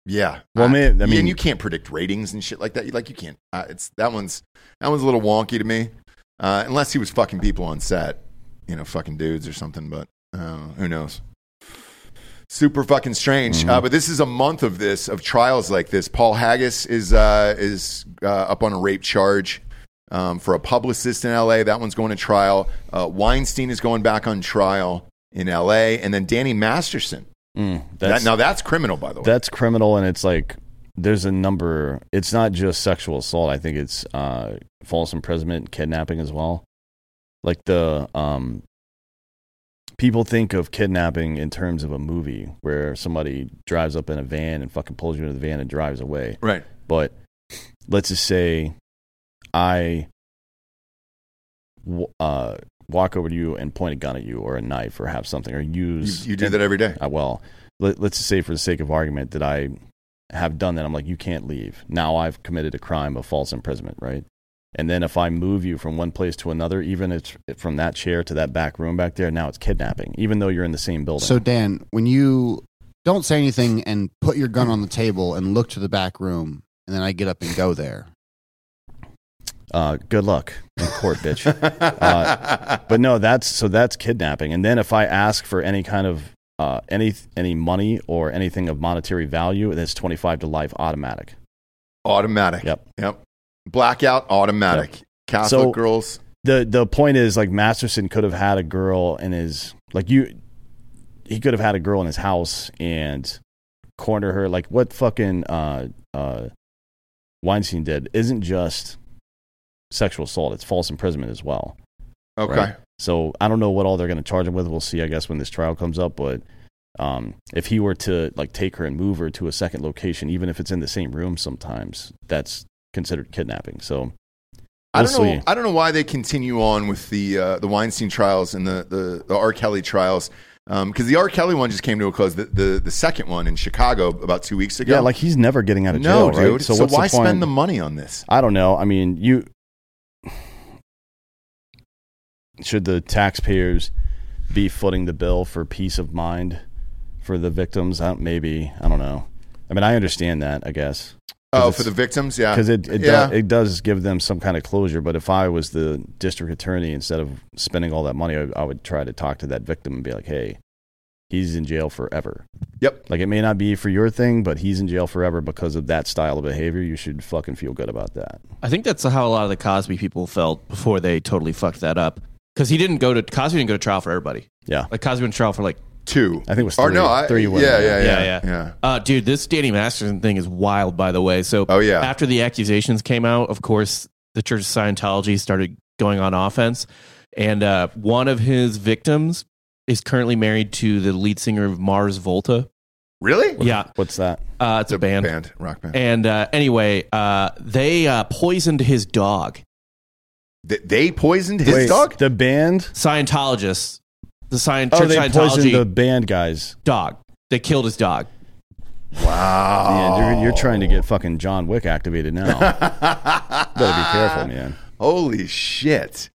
yeah.
Well, may- I
yeah,
mean-
and you can't predict ratings and shit like that. You- Like you can't. Uh, it's that one's that one's a little wonky to me. Uh, unless he was fucking people on set, you know, fucking dudes or something. But uh, who knows? super fucking strange.
Mm-hmm.
Uh, but this is a month of this of trials like this. Paul Haggis is uh, is uh, up on a rape charge um, for a publicist in L.A. That one's going to trial. Uh, Weinstein is going back on trial in L.A. And then Danny Masterson.
Mm,
That,
that's
now that's criminal, by the way.
that's criminal, and it's like there's a number. It's not just sexual assault. I think it's uh, false imprisonment, kidnapping as well. Like the um, people think of kidnapping in terms of a movie where somebody drives up in a van and fucking pulls you into the van and drives away.
right.
but let's just say I w- uh, walk over to you and point a gun at you or a knife or have something or
You,
use.
you do that every (laughs) day.
I, well, let, let's just say for the sake of argument that I have done that. I'm like, you can't leave. Now I've committed a crime of false imprisonment, right? And then if I move you from one place to another, even if it's from that chair to that back room back there, now it's kidnapping, even though you're in the same building.
So Dan, when you don't say anything and put your gun on the table and look to the back room, and then I get up and go there.
uh, good luck in court, bitch.
(laughs)
Uh, but no, that's so that's kidnapping. And then if I ask for any kind of uh, any any money or anything of monetary value, that's twenty five to life automatic.
Automatic.
Yep.
Yep. Blackout. Automatic. Catholic
So-
girls.
the The point is like Masterson could have had a girl in his like you, he could have had a girl in his house and corner her like what fucking uh, uh, Weinstein did isn't just sexual assault; it's false imprisonment as well.
Okay.
right? So I don't know what all they're going to charge him with. We'll see, I guess, when this trial comes up. But um, if he were to like take her and move her to a second location, even if it's in the same room, sometimes that's considered kidnapping. So
I
We'll
don't know.
see.
I don't know why they continue on with the uh, the Weinstein trials and the the, the R. Kelly trials because the R. Kelly one just came to a close. The, the the second one in Chicago about two weeks ago.
yeah, like he's never getting out of
no,
jail, right?
dude. So,
what's
why
the point?
spend the money on this?
I don't know. I mean, you should the taxpayers be footing the bill for peace of mind for the victims? I don't, maybe I don't know. I mean, I understand that. I guess.
Oh,
it's-
for the victims, yeah,
because it it,
Uh, yeah.
do, it does give them some kind of closure. But if I was the district attorney, instead of spending all that money, I, I would try to talk to that victim and be like, "Hey, he's in jail forever.
yep.
Like it may not be for your thing, but he's in jail forever because of that style of behavior. You should fucking feel good about that."
I think that's how a lot of the Cosby people felt before they totally fucked that up. Because he didn't go to Cosby didn't go to trial for everybody.
Yeah,
Like Cosby went to trial for like,
Two.
I think it was
Or no,
three-
I,
three women.
Yeah, yeah, yeah,
yeah,
yeah,
yeah, Uh, dude, this Danny Masterson thing is wild, by the way. So,
Oh, yeah.
after the accusations came out, of course, the Church of Scientology started going on offense, and uh, one of his victims is currently married to the lead singer of Mars Volta.
Really?
Yeah,
what's that?
uh, it's a band.
band, rock band.
And uh, anyway, uh, they uh, poisoned his dog.
They, they poisoned his
Wait,
dog.
the band.
Scientologists, the Scient-
Oh,
Church
they
of Scientology
poisoned the band guys.
dog. They killed his dog.
wow.
Man, you're, you're trying
(laughs)
to get fucking John Wick activated now. Better be careful, man.
(laughs) Holy shit.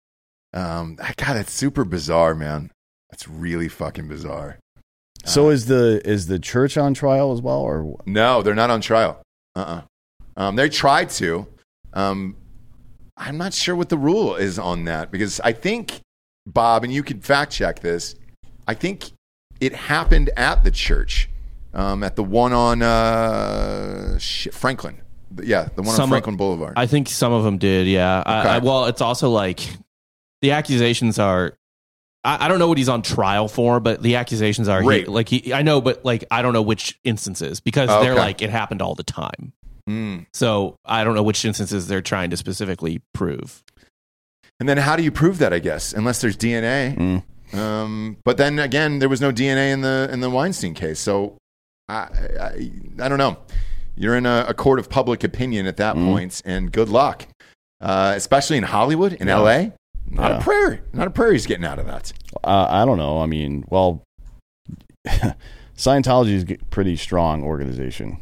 Um, I- God, that's super bizarre, man. That's really fucking bizarre. Uh.
So is the is the church on trial as well, or
No, they're not on trial. Uh uh Um, they tried to. Um, I'm not sure what the rule is on that because I think, Bob, and you can fact check this, I think it happened at the church, um, at the one on uh, shit, Franklin. Yeah, the one on
Some-
Franklin Boulevard.
I think some of them did. Yeah.
Okay.
I, I, well, it's also like the accusations are. I, I don't know what he's on trial for, but the accusations are he-
Rape.
like he. I know, but like I don't know which instances because
Oh,
they're
okay.
like it happened all the time.
Mm.
So I don't know which instances they're trying to specifically prove.
And then how do you prove that? I guess unless there's DNA.
Mm.
Um, but then again, there was no DNA in the in the Weinstein case, so I I, I don't know. You're in a, a court of public opinion at
Mm.
that point, and good luck, uh, especially in Hollywood in L.A. Not
Yeah.
a prayer, not a prayer. He's getting out of that.
uh, I don't know. I mean, well, (laughs) Scientology is a pretty strong organization.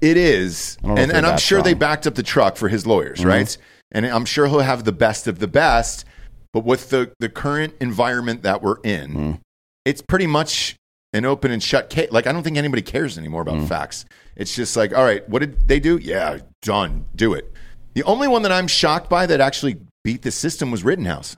It is.
I don't know
And,
if
and
they're
I'm
that
sure they
strong. Mm-hmm.
backed up the truck for his lawyers, right? And I'm sure he'll have the best of the best. But with the, the current environment that we're in,
Mm-hmm.
it's pretty much an open and shut case. Like, I don't think anybody cares anymore about
Mm-hmm.
facts. It's just like, all right, what did they do? Yeah, done. Do it. The only one that I'm shocked by that actually beat the system was Rittenhouse.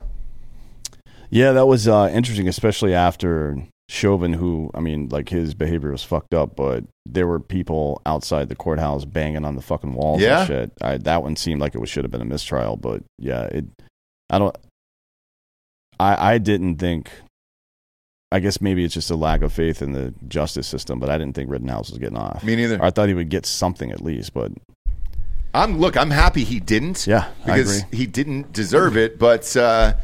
Yeah, that was uh, interesting, especially after Chauvin, who, I mean, like his behavior was fucked up, but there were people outside the courthouse banging on the fucking walls
Yeah.
and shit. I, that one seemed like it was, should have been a mistrial, but yeah, it, I don't, I, I didn't think, I guess maybe it's just a lack of faith in the justice system, but I didn't think Rittenhouse was getting off.
Me neither.
I thought he would get something at least, but
I'm look. I'm happy he didn't.
Yeah, I
because he didn't deserve it. But uh,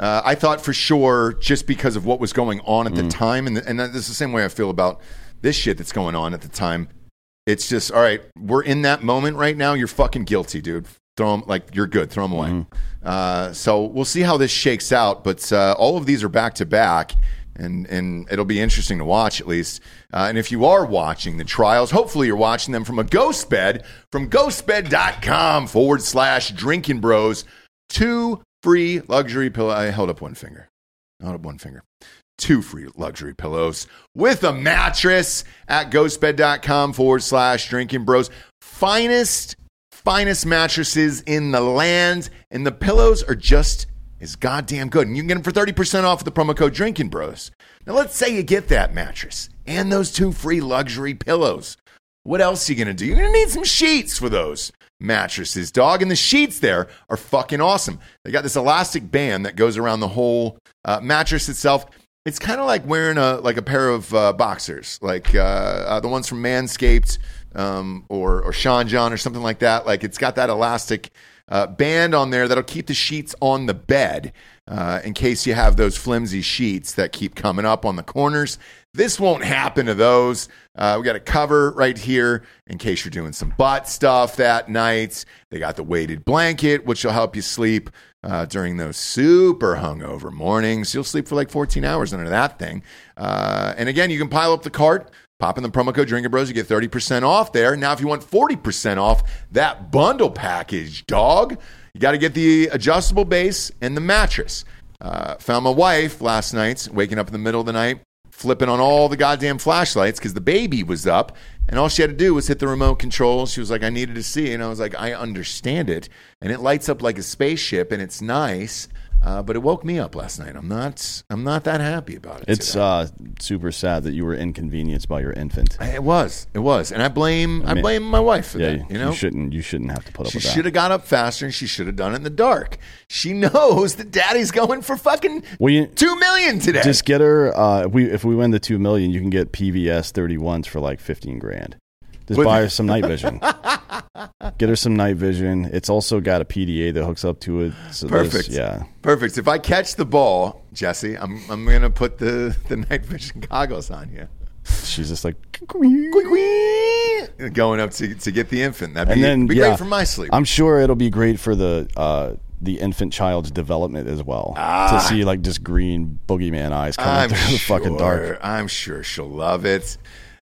uh, I thought for sure, just because of what was going on at
Mm.
the time, and and that's the same way I feel about this shit that's going on at the time. It's just all right. We're in that moment right now. You're fucking guilty, dude. Throw 'em- like you're good. Throw them away. Uh, so we'll see how this shakes out. But uh, all of these are back to back. And, and it'll be interesting to watch at least. Uh, and if you are watching the trials, hopefully you're watching them from a ghost bed from ghostbed.com forward slash drinking bros. Two free luxury pillow. I held up one finger. I held up one finger two free luxury pillows with a mattress at ghostbed.com forward slash drinking bros. Finest, finest mattresses in the land, and the pillows are just as goddamn good. And you can get them for 30% off with the promo code drinking bros. Now, let's say you get that mattress and those two free luxury pillows. What else are you gonna do? You're gonna need some sheets for those mattresses, dog. And the sheets there are fucking awesome. They got this elastic band that goes around the whole uh, mattress itself. It's kind of like wearing a like a pair of uh, boxers, like uh, uh, the ones from Manscaped um, or or Sean John or something like that. Like it's got that elastic uh, band on there that'll keep the sheets on the bed uh, in case you have those flimsy sheets that keep coming up on the corners. This won't happen to those. Uh, we got a cover right here in case you're doing some butt stuff that night. They got the weighted blanket, which will help you sleep uh, during those super hungover mornings. You'll sleep for like 14 hours under that thing. Uh, and again, you can pile up the cart. Pop in the promo code Drinker Bros, you get 30% off there. Now, if you want 40% off that bundle package, dog, you got to get the adjustable base and the mattress. Uh, found my wife last night, waking up in the middle of the night, flipping on all the goddamn flashlights because the baby was up, and all she had to do was hit the remote control. She was like, I needed to see. And I was like, I understand it. And it lights up like a spaceship, and it's nice. Uh, but it woke me up last night. I'm not. I'm not that happy about it.
it's
today.
uh, super sad that you were inconvenienced by your infant.
It was. It was. And I blame I,
mean-
blame my wife for
Yeah,
that.
you,
You know?
you shouldn't you shouldn't have to put up
she
with that.
should have got up faster and she should have done it in the dark. She (laughs) knows that daddy's going for fucking
Well, you-
two million today.
Just get her. Uh, if we if we win the two million, you can get PVS thirty ones for like fifteen grand. Just
With-
buy her some night
(laughs)
vision. get her some night vision. It's also got a PDA that hooks up to it. So there's-
Perfect.
Yeah.
Perfect. If I catch the ball, Jesse, I'm I'm gonna put the, (laughs) the night vision goggles on you.
She's just like,
Going up to, to get the infant. That'd be,
and then
be
yeah,
great for my sleep.
I'm sure it'll be great for the uh, the infant child's development as well to see like just green boogeyman eyes coming
Ah. I'm
through the fucking dark.
sure- I'm sure she'll love it.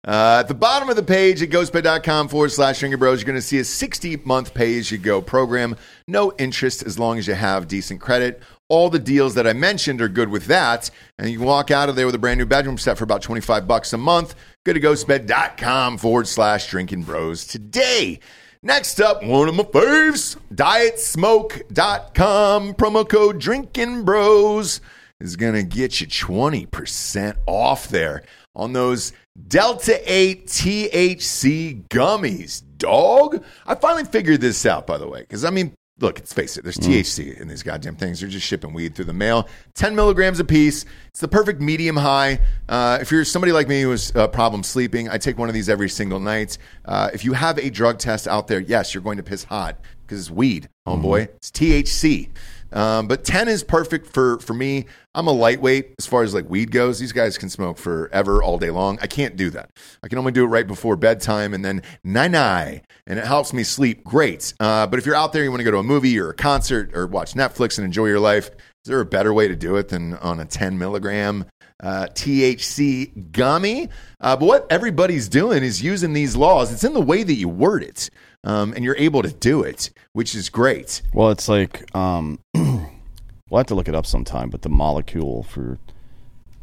Uh, at the bottom of the page at ghostbed.com forward slash drinker bros, you're going to see a 60 month pay as you go program. No interest as long as you have decent credit. All the deals that I mentioned are good with that. And you can walk out of there with a brand new bedroom set for about 25 bucks a month. Go to ghostbed.com forward slash drinking bros today. Next up, one of my faves, dietsmoke.com, promo code drinking bros is going to get you 20% off there on those Delta 8 THC gummies, dog. I finally figured this out, by the way, because I mean, look, let's face it, there's THC in these goddamn things. They're just shipping weed through the mail. 10 milligrams a piece. It's the perfect medium high. Uh, if you're somebody like me who has a problem sleeping, I take one of these every single night. Uh, if you have a drug test out there, yes, you're going to piss hot because it's weed, homeboy. It's THC. Um, but 10 is perfect for, for me. I'm a lightweight as far as like weed goes. These guys can smoke forever, all day long. I can't do that. I can only do it right before bedtime and then nine nine, and it helps me sleep great. Uh, but if you're out there, you want to go to a movie or a concert or watch Netflix and enjoy your life, is there a better way to do it than on a 10 milligram uh, THC gummy. Uh, but what everybody's doing is using these laws. It's in the way that you word it, um, and you're able to do it, which is great.
Well, it's like um, (clears throat) we'll have to look it up sometime. But the molecule for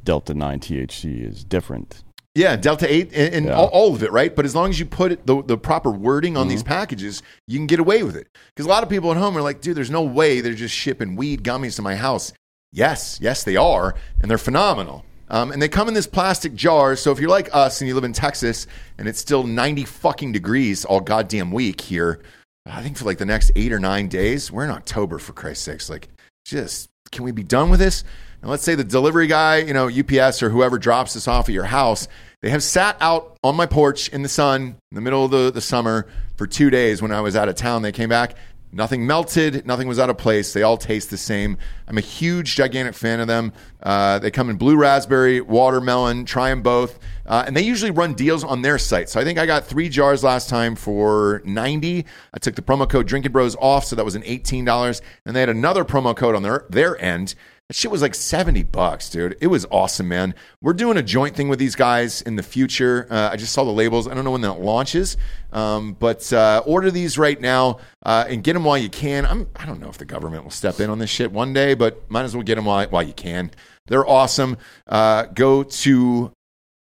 delta nine THC is different.
Yeah, Delta 8 and, and
Yeah.
all, all of it, right? But as long as you put it, the, the proper wording on these packages, you can get away with it. Because a lot of people at home are like, dude, there's no way they're just shipping weed gummies to my house. Yes, yes, they are. And they're phenomenal. Um, and they come in this plastic jar. So if you're like us and you live in Texas and it's still 90 fucking degrees all goddamn week here, I think for like the next eight or nine days, we're in October for Christ's sakes. Like, just can we be done with this? And let's say the delivery guy, you know, UPS or whoever drops this off at your house, they have sat out on my porch in the sun in the middle of the, the summer for two days when I was out of town. They came back, nothing melted, nothing was out of place. They all taste the same. I'm a huge, gigantic fan of them. Uh, they come in blue raspberry, watermelon, try them both. Uh, and they usually run deals on their site. So I think I got three jars last time for 90. I took the promo code Drinking Bros off, so that was an $18. And they had another promo code on their, their end. That shit was like 70 bucks, dude. It was awesome, man. We're doing a joint thing with these guys in the future. Uh, I just saw the labels. I don't know when that launches, um, but uh, order these right now uh, and get them while you can. I'm, I don't know if the government will step in on this shit one day, but might as well get them while, while you can. They're awesome. Uh, go to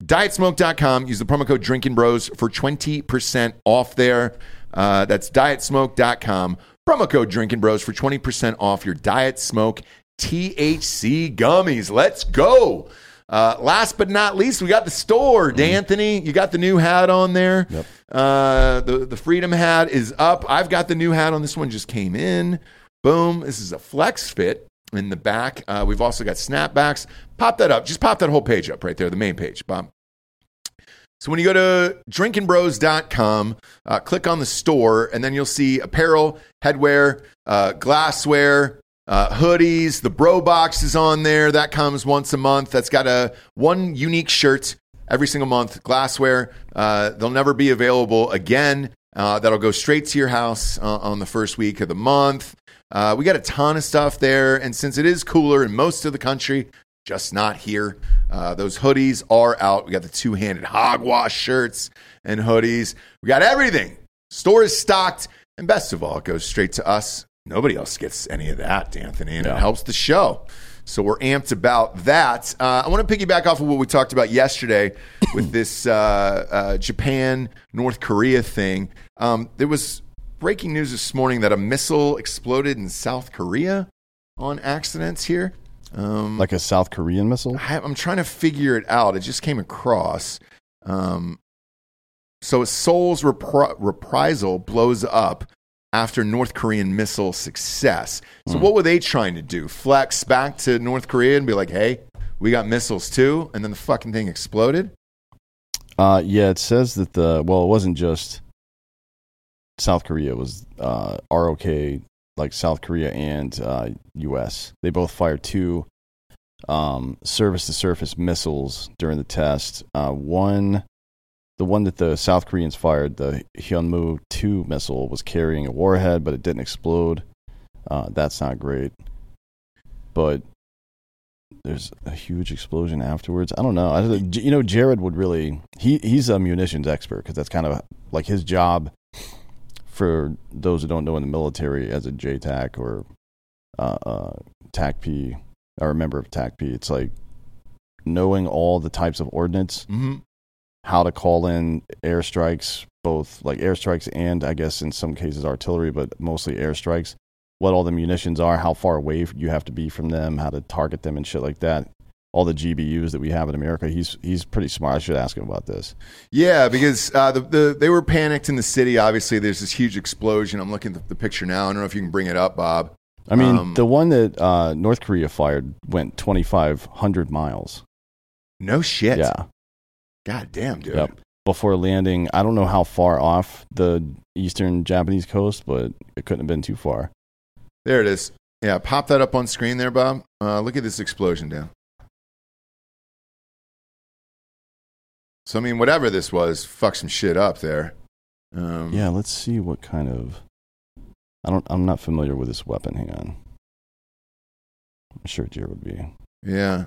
dietsmoke.com. Use the promo code Drinking Bros for 20% off there. Uh, that's dietsmoke.com. Promo code Drinking Bros for 20% off your Diet Smoke THC gummies. Let's go. Uh, last but not least, we got the store. D'Anthony, you got the new hat on there. Yep. Uh, the, the Freedom hat is up. I've got the new hat on. This one just came in. Boom. This is a flex fit in the back. Uh, we've also got snapbacks. Pop that up. Just pop that whole page up right there, the main page. Bob. So when you go to drinkingbros.com, uh, click on the store, and then you'll see apparel, headwear, uh, glassware, uh, hoodies. The bro box is on there. That comes once a month. That's got a one unique shirt every single month. Glassware. Uh, they'll never be available again. Uh, that'll go straight to your house uh, on the first week of the month. Uh, we got a ton of stuff there, and since it is cooler in most of the country, just not here. Uh, those hoodies are out. We got the two handed hogwash shirts and hoodies. We got everything. Store is stocked. And best of all, it goes straight to us. Nobody else gets any of that, Anthony, and it helps the show. So we're amped about that. Uh, I want to piggyback off of what we talked about yesterday with this uh, uh, Japan North Korea thing. Um, there was breaking news this morning that a missile exploded in South Korea on accidents here. Um,
Like a South Korean missile.
I, I'm trying to figure it out. It just came across. Um, so Seoul's repri- reprisal blows up after North Korean missile success. So
Hmm.
what were they trying to do? Flex back to North Korea and be like, "Hey, we got missiles too," and then the fucking thing exploded.
Uh, yeah, it says that the well, it wasn't just South Korea. It was uh, ROK, like South Korea and uh, U.S. They both fired two um, surface-to-surface missiles during the test. Uh, one, the one that the South Koreans fired, the Hyunmoo two missile, was carrying a warhead, but it didn't explode. Uh, that's not great. But there's a huge explosion afterwards. I don't know. I, don't- you know, Jared would really he he's a munitions expert because that's kind of like his job. For those who don't know, in the military, as a JTAC or uh, uh, TAC P or a member of TAC P, it's like knowing all the types of ordnance,
Mm-hmm.
how to call in airstrikes, both like airstrikes and I guess in some cases artillery, but mostly airstrikes. What all the munitions are, how far away you have to be from them, how to target them, and shit like that. All the GBUs that we have in America, he's he's pretty smart. I should ask him about this.
Yeah, because uh, the, the they were panicked in the city. Obviously, there's this huge explosion. I'm looking at the picture now. I don't know if you can bring it up, Bob.
I mean,
Um,
the one that uh, North Korea fired went twenty five hundred miles.
No shit.
Yeah,
God damn, dude.
Yep. Before landing, I don't know how far off the eastern Japanese coast, but it couldn't have been too far.
There it is. Yeah, pop that up on screen there, Bob. Uh, look at this explosion down. So I mean, whatever this was, fuck some shit up there. Um,
Yeah, let's see what kind of. I don't. I'm not familiar with this weapon. Hang on. I'm sure Jared would be.
yeah.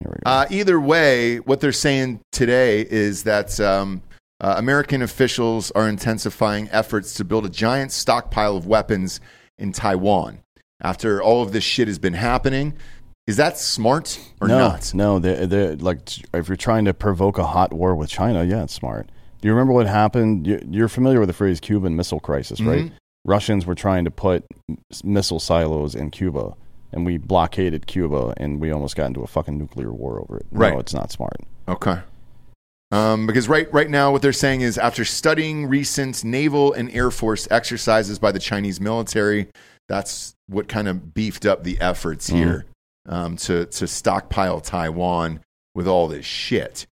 Here we go.
Uh, either way, what they're saying today is that um, uh, American officials are intensifying efforts to build a giant stockpile of weapons in Taiwan. After all of this shit has been happening, is that smart or
no,
not?
No, they're, they're like if you're trying to provoke a hot war with China, yeah, it's smart. Do you remember what happened? You- You're familiar with the phrase Cuban Missile Crisis,
Mm-hmm.
right? Russians were trying to put s- missile silos in Cuba, and we blockaded Cuba, and we almost got into a fucking nuclear war over it.
Right.
No, it's not smart.
Okay. Um, because right right now, what they're saying is after studying recent naval and air force exercises by the Chinese military, that's what kind of beefed up the efforts here um, to to stockpile Taiwan with all this shit.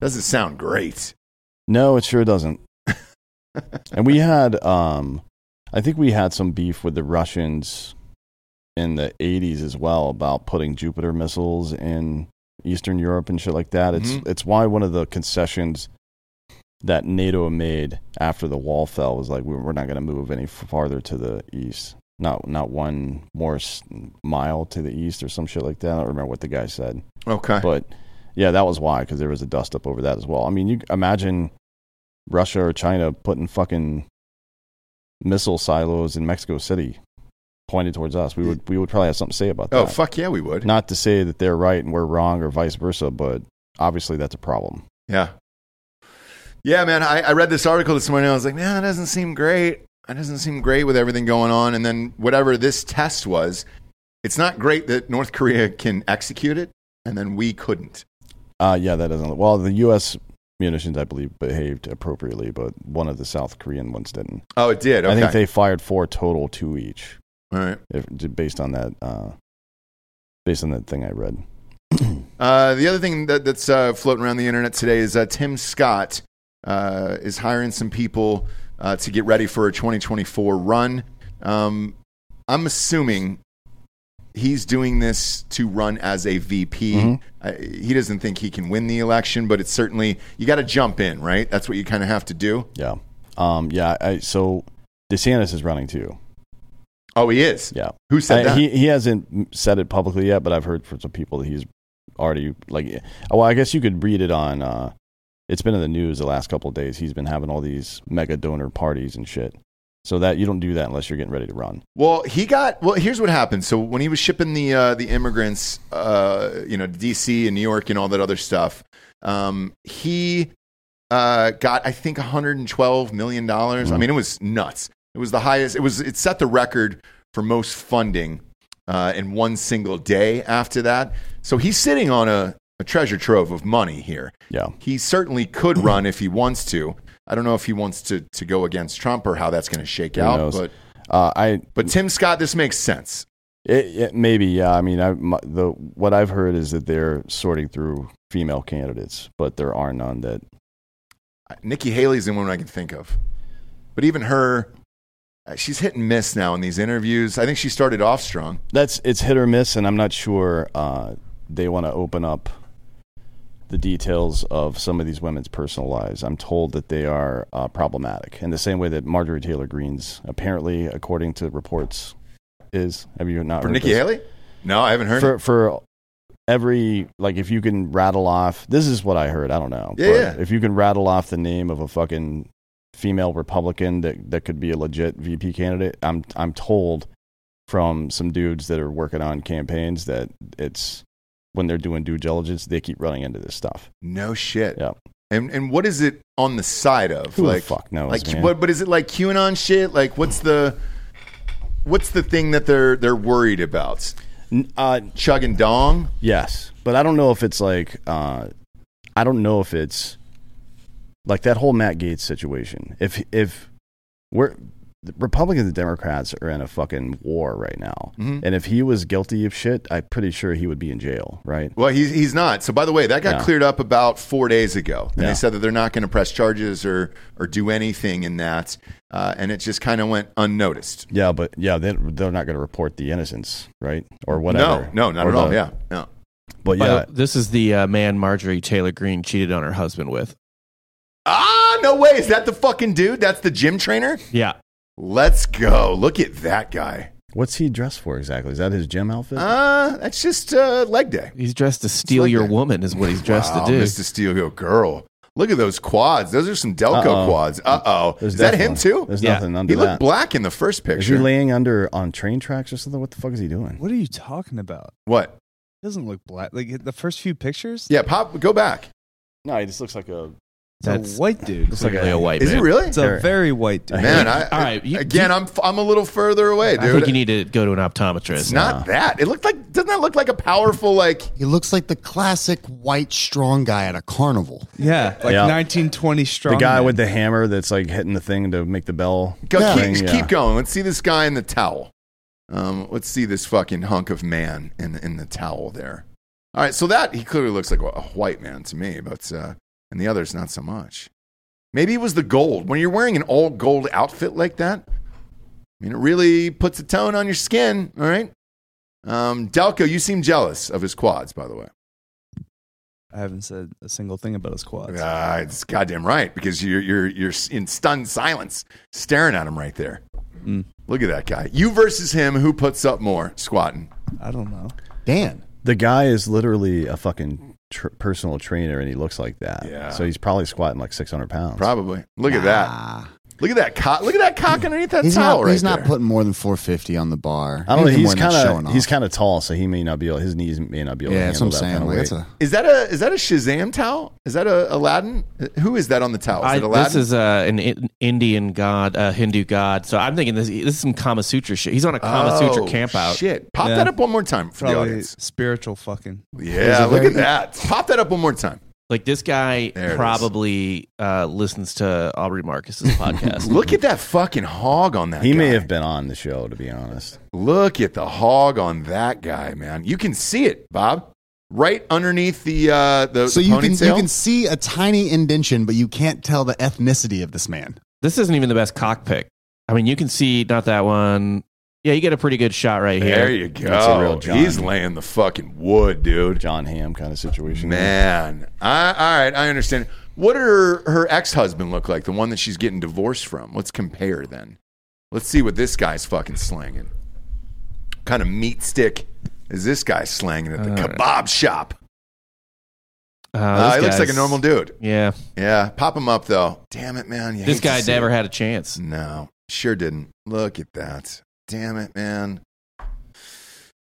Doesn't sound great.
No, it sure doesn't. and we had, um, I think we had some beef with the Russians in the 80s as well about putting Jupiter missiles in Eastern Europe and shit like that. It's,
Mhm.
it's why one of the concessions that NATO made after the wall fell was like, we- we're not going to move any farther to the east. Not, not one more s- mile to the east or some shit like that. I don't remember what the guy said
Okay.
(laughs) but yeah, that was why because there was a dust up over that as well. I mean, you c- imagine Russia or China putting fucking missile silos in Mexico City pointed towards us. We would we would probably have something to say about
oh
that.
fuck yeah, we would.
Not to say that they're right and we're wrong or vice versa, but obviously that's a problem.
Yeah. Yeah, man. I, I read this article this morning. I was like, man, that doesn't seem great. That doesn't seem great with everything going on. And then whatever this test was, it's not great that North Korea can execute it and then we couldn't.
Uh yeah, that doesn't. Well, the U.S. munitions, I believe, behaved appropriately, but one of the South Korean ones didn't.
Oh, it did. Okay.
I think they fired four total, two each,
All right.
if, based on that. Uh, based on that thing I read.
Uh, the other thing that, that's uh, floating around the internet today is uh, Tim Scott uh, is hiring some people uh, to get ready for a 2024 run. Um, I'm assuming he's doing this to run as a VP.
Mm-hmm.
Uh, he doesn't think he can win the election, but it's certainly you got to jump in, right? That's what you kind of have to do.
Yeah. Um, yeah. I, so DeSantis is running too.
Oh, he is.
Yeah.
Who said
I-
that?
He, he hasn't said it publicly yet, but I've heard from some people that he's already like, well, I guess you could read it on, uh, it's been in the news the last couple of days. He's been having all these mega donor parties and shit. So that you don't do that unless you're getting ready to run.
Well, he got well. Here's what happened. So when he was shipping the uh, the immigrants, uh, you know, to DC and New York and all that other stuff, um, he uh, got I think 112 million dollars.
Mm-hmm.
I mean, it was nuts. It was the highest. It was it set the record for most funding uh, in one single day. After that, so he's sitting on a, a treasure trove of money here.
Yeah.
He certainly could
Mm-hmm.
run if he wants to. I don't know if he wants to to go against Trump or how that's going to shake
Who
out,
knows?
but.
Uh, I,
But Tim Scott, this makes sense.
It, it maybe yeah. I mean, I my, the what I've heard is that they're sorting through female candidates, but there are none that
Nikki Haley's the only one I can think of. But even her, uh, she's hit and miss now in these interviews. I think she started off strong.
that's it's hit or miss, and I'm not sure uh, they want to open up the details of some of these women's personal lives. I'm told that they are uh, problematic in the same way that Marjorie Taylor Greene's apparently, according to reports, is. Have you not
For
heard
Nikki
this?
Haley? No, I haven't heard.
for for every like if you can rattle off this is what I heard. I don't know.
Yeah,
But
yeah.
If you can rattle off the name of a fucking female Republican that that could be a legit VP candidate, I'm I'm told from some dudes that are working on campaigns that it's when they're doing due diligence, they keep running into this stuff.
no shit.
Yeah.
And and what is it on the side of?
Who the
like
fuck knows,
Like
man?
what? But is it like QAnon shit? Like what's the what's the thing that they're they're worried about?
N- Uh,
Chug and dong.
Yes, but I don't know if it's like uh, I don't know if it's like that whole Matt Gates situation. If if we're the Republicans and Democrats are in a fucking war right now,
Mm-hmm.
and if he was guilty of shit, I'm pretty sure he would be in jail, right?
Well, he's he's not. So by the way, that got
Yeah.
cleared up about four days ago, and
Yeah.
they said that they're not going to press charges or or do anything in that, uh, and it just kind of went unnoticed.
Yeah, but yeah, they, they're not going to report the innocents, right, or whatever.
No, no, not
Or
at all.
the-
Yeah, no.
but
By the-
yeah,
this is the uh, man Marjorie Taylor Green cheated on her husband with.
Ah, no way. Is that the fucking dude? That's the gym trainer.
Yeah.
Let's go. Look at that guy.
What's he dressed for exactly? Is that his gym outfit?
Uh, that's just uh, leg day.
He's dressed to steal
like
your
that.
woman, is what he's dressed
Wow,
to do.
Mr. Steel Yo girl. Look at those quads. Those are some Delco
Uh-oh.
quads. Uh oh.
There's
Is that him
definitely-
too?
There's
Yeah.
nothing under
He looked
that.
black in the first
Is he
picture.
laying under on train tracks or something? What the fuck is he doing?
What are you talking about?
what?
It doesn't look black. Like the first few pictures.
Yeah, pop. Go back.
No, he just looks like a.
it's a white dude.
Looks like
clearly a white
Is
man.
it really?
It's a very white dude.
Man, I,
All right, you-
again,
you-
I'm I'm a little further away, dude.
I think you need to go to an
it's
optometrist.
not that. It looked like. Doesn't that look like a powerful like?
He looks like the classic white strong guy at a carnival.
Yeah, like
Yeah.
1920 strong.
The guy with the hammer that's like hitting the thing to make the bell.
Go,
Yeah.
keep,
Thing, yeah.
keep going. Let's see this guy in the towel. Um, let's see this fucking hunk of man in in the towel there. All right, so that he clearly looks like a white man to me, but uh, and the others not so much. Maybe it was the gold. When you're wearing an all gold outfit like that, I mean, it really puts a tone on your skin. All right, um, Delco, you seem jealous of his quads, by the way.
I haven't said a single thing about his quads.
Uh, it's goddamn right because you're you're you're in stunned silence, staring at him right there.
Mm.
Look at that guy. You versus him. Who puts up more squatting?
I don't know.
Dan.
The guy is literally a fucking tr- personal trainer, and he looks like that.
Yeah.
So he's probably squatting like 600 pounds.
Probably. Look at that.
Nah.
Look at that cock. Look at that cock underneath that
He's
towel
not.
right
he's not
there.
putting more than 450 on the bar.
I don't know.
Anything
He's
more than
kind
that's
of
showing
he's
off.
kind of tall, so he may not be able. His knees may not be able.
Yeah,
to
that's what
handle
I'm saying.
that
Like,
Kind
that's
of weight.
a,
is that a is that a Shazam towel? Is that a Aladdin? Who is that on the towel? Is
I,
it Aladdin?
this is uh, an in, Indian god, a Hindu god. So I'm thinking this, this is some Kama Sutra shit. He's on a Kama Sutra
Oh,
camp out.
Shit! Pop
Yeah.
that up one more time for the
Probably
audience.
spiritual fucking.
Yeah,
Is it
look at
very-
that. Pop that up one more time.
Like this guy
There it is.
probably uh, listens to Aubrey Marcus's podcast. (laughs)
Look at that fucking hog on that.
He may
guy.
have been on the show, to be honest.
Look at the hog on that guy, man. You can see it, Bob. Right underneath the uh the,
so
the
you can
ponytail.
you can see a tiny indention, but you can't tell the ethnicity of this man.
this isn't even the best cockpit. I mean, you can see not that one. Yeah, you get a pretty good shot right
there
here.
you go.
That's a real John.
He's laying the fucking wood, dude.
John Ham kind of situation.
Man. I, all right, I understand. What did her, her ex husband look like? The one that she's getting divorced from. Let's compare then. Let's see what this guy's fucking slanging. What kind of meat stick is this guy slanging at the
All right.
kebab shop?
Uh,
Uh,
this
he looks like a
guy's-
normal dude.
Yeah,
Yeah, pop him up though. Damn it, man. You
this
hate to
guy
see
never
it.
had a chance.
No, sure didn't. Look at that. Damn it, man. (sighs) His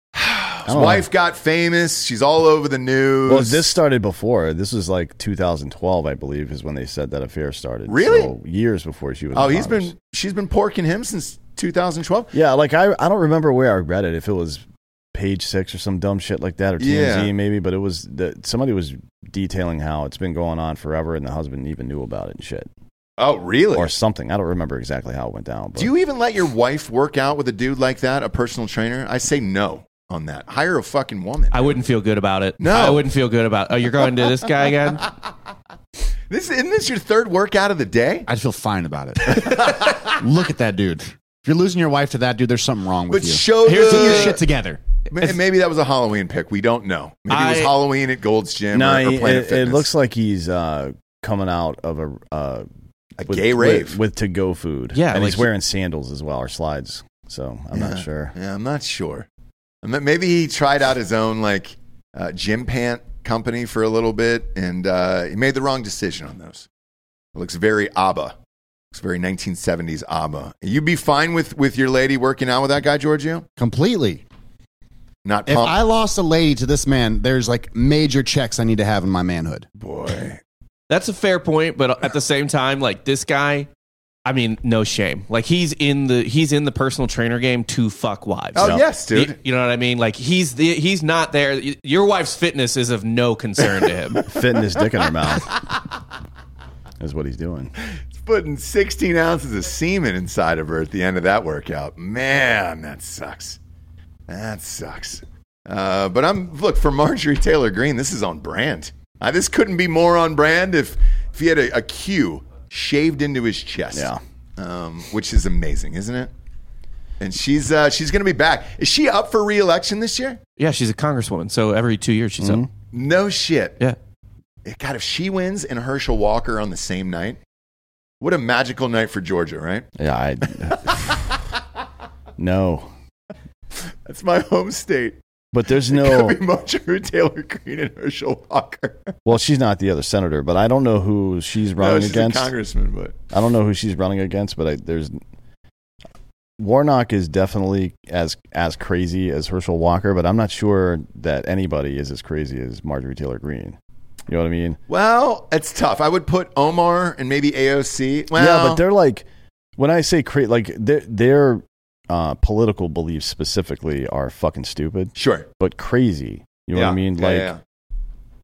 don't
wife got famous. She's all over the news.
Well, this started before. This was like 2012, I believe, is when they said that affair started.
Really?
So years before she was.
Oh,
in
he's
Congress.
been she's been porking him since 2012.
Yeah, like I, I don't remember where I read it. If it was Page Six or some dumb shit like that, or TMZ
Yeah.
maybe. But it was that somebody was detailing how it's been going on forever, and the husband even knew about it and shit,
Oh, really?
or something. I don't remember exactly how it went down. But
Do you even let your wife work out with a dude like that, a personal trainer? I say no on that. Hire a fucking woman.
I wouldn't feel good about it.
No.
I wouldn't feel good about. Oh, you're going to this
(laughs)
guy again?
This isn't this your third workout of the day?
I'd feel fine
(laughs)
about it. Look at that dude. If you're losing your wife to that dude, there's something wrong with
But
you.
show
Here's
Get your
the
shit together.
Ma- Maybe that was a Halloween pick. We don't know. Maybe it was
I-
Halloween at Gold's Gym
No,
or, or
it,
Planet
it- it
Fitness.
looks like he's uh, coming out of a uh,
a gay rave.
with, to go food.
Yeah,
and
like
he's
he-
wearing sandals as well or slides. So I'm not
Yeah.
sure.
Yeah, I'm not sure. And then Maybe he tried out his own like uh, gym pant company for a little bit, and uh, he made the wrong decision on those. It looks very ABBA. Looks very 1970s ABBA. You'd be fine with with your lady working out with that guy, Giorgio?
Completely.
Not
If
pump
I lost a lady to this man, there's like major checks I need to have in my manhood.
boy.
That's a fair point, but at the same time, like this guy, I mean, no shame. Like he's in the he's in the personal trainer game to fuck wives.
Oh yes,
You-
dude.
You, know what I mean? Like he's the, he's not there. Y- Your wife's fitness is of no concern
(laughs)
to him.
Fitting his dick in her mouth is what he's doing.
He's putting 16 ounces of semen inside of her at the end of that workout. Man, that sucks. That sucks. Uh, but I'm look for Marjorie Taylor Green. This is on brand. Uh, this couldn't be more on brand if if he had a, a Q shaved into his chest.
Yeah.
um, which is amazing, isn't it? And she's uh, she's going to be back. Is she up for re-election this year?
Yeah, she's a congresswoman, so every two years she's up.
No shit.
Yeah,
God, if she wins and Herschel Walker on the same night, what a magical night for Georgia, right?
Yeah, I. (laughs) no.
That's my home state.
But there's
It
(laughs) no
could be Marjorie Taylor Greene and Herschel Walker.
well, she's not the other senator, but I don't know who she's running
no, she's
against.
a congressman, but
I don't know who she's running against, but I, there's Warnock is definitely as as crazy as Herschel Walker, but I'm not sure that anybody is as crazy as Marjorie Taylor Greene. You know what I mean?
well, it's tough. I would put Omar and maybe AOC. Well,
yeah, but they're like when I say crazy, like their their uh, political beliefs specifically are fucking stupid,
sure.
but crazy. You know what I mean?
Yeah,
like
yeah, yeah.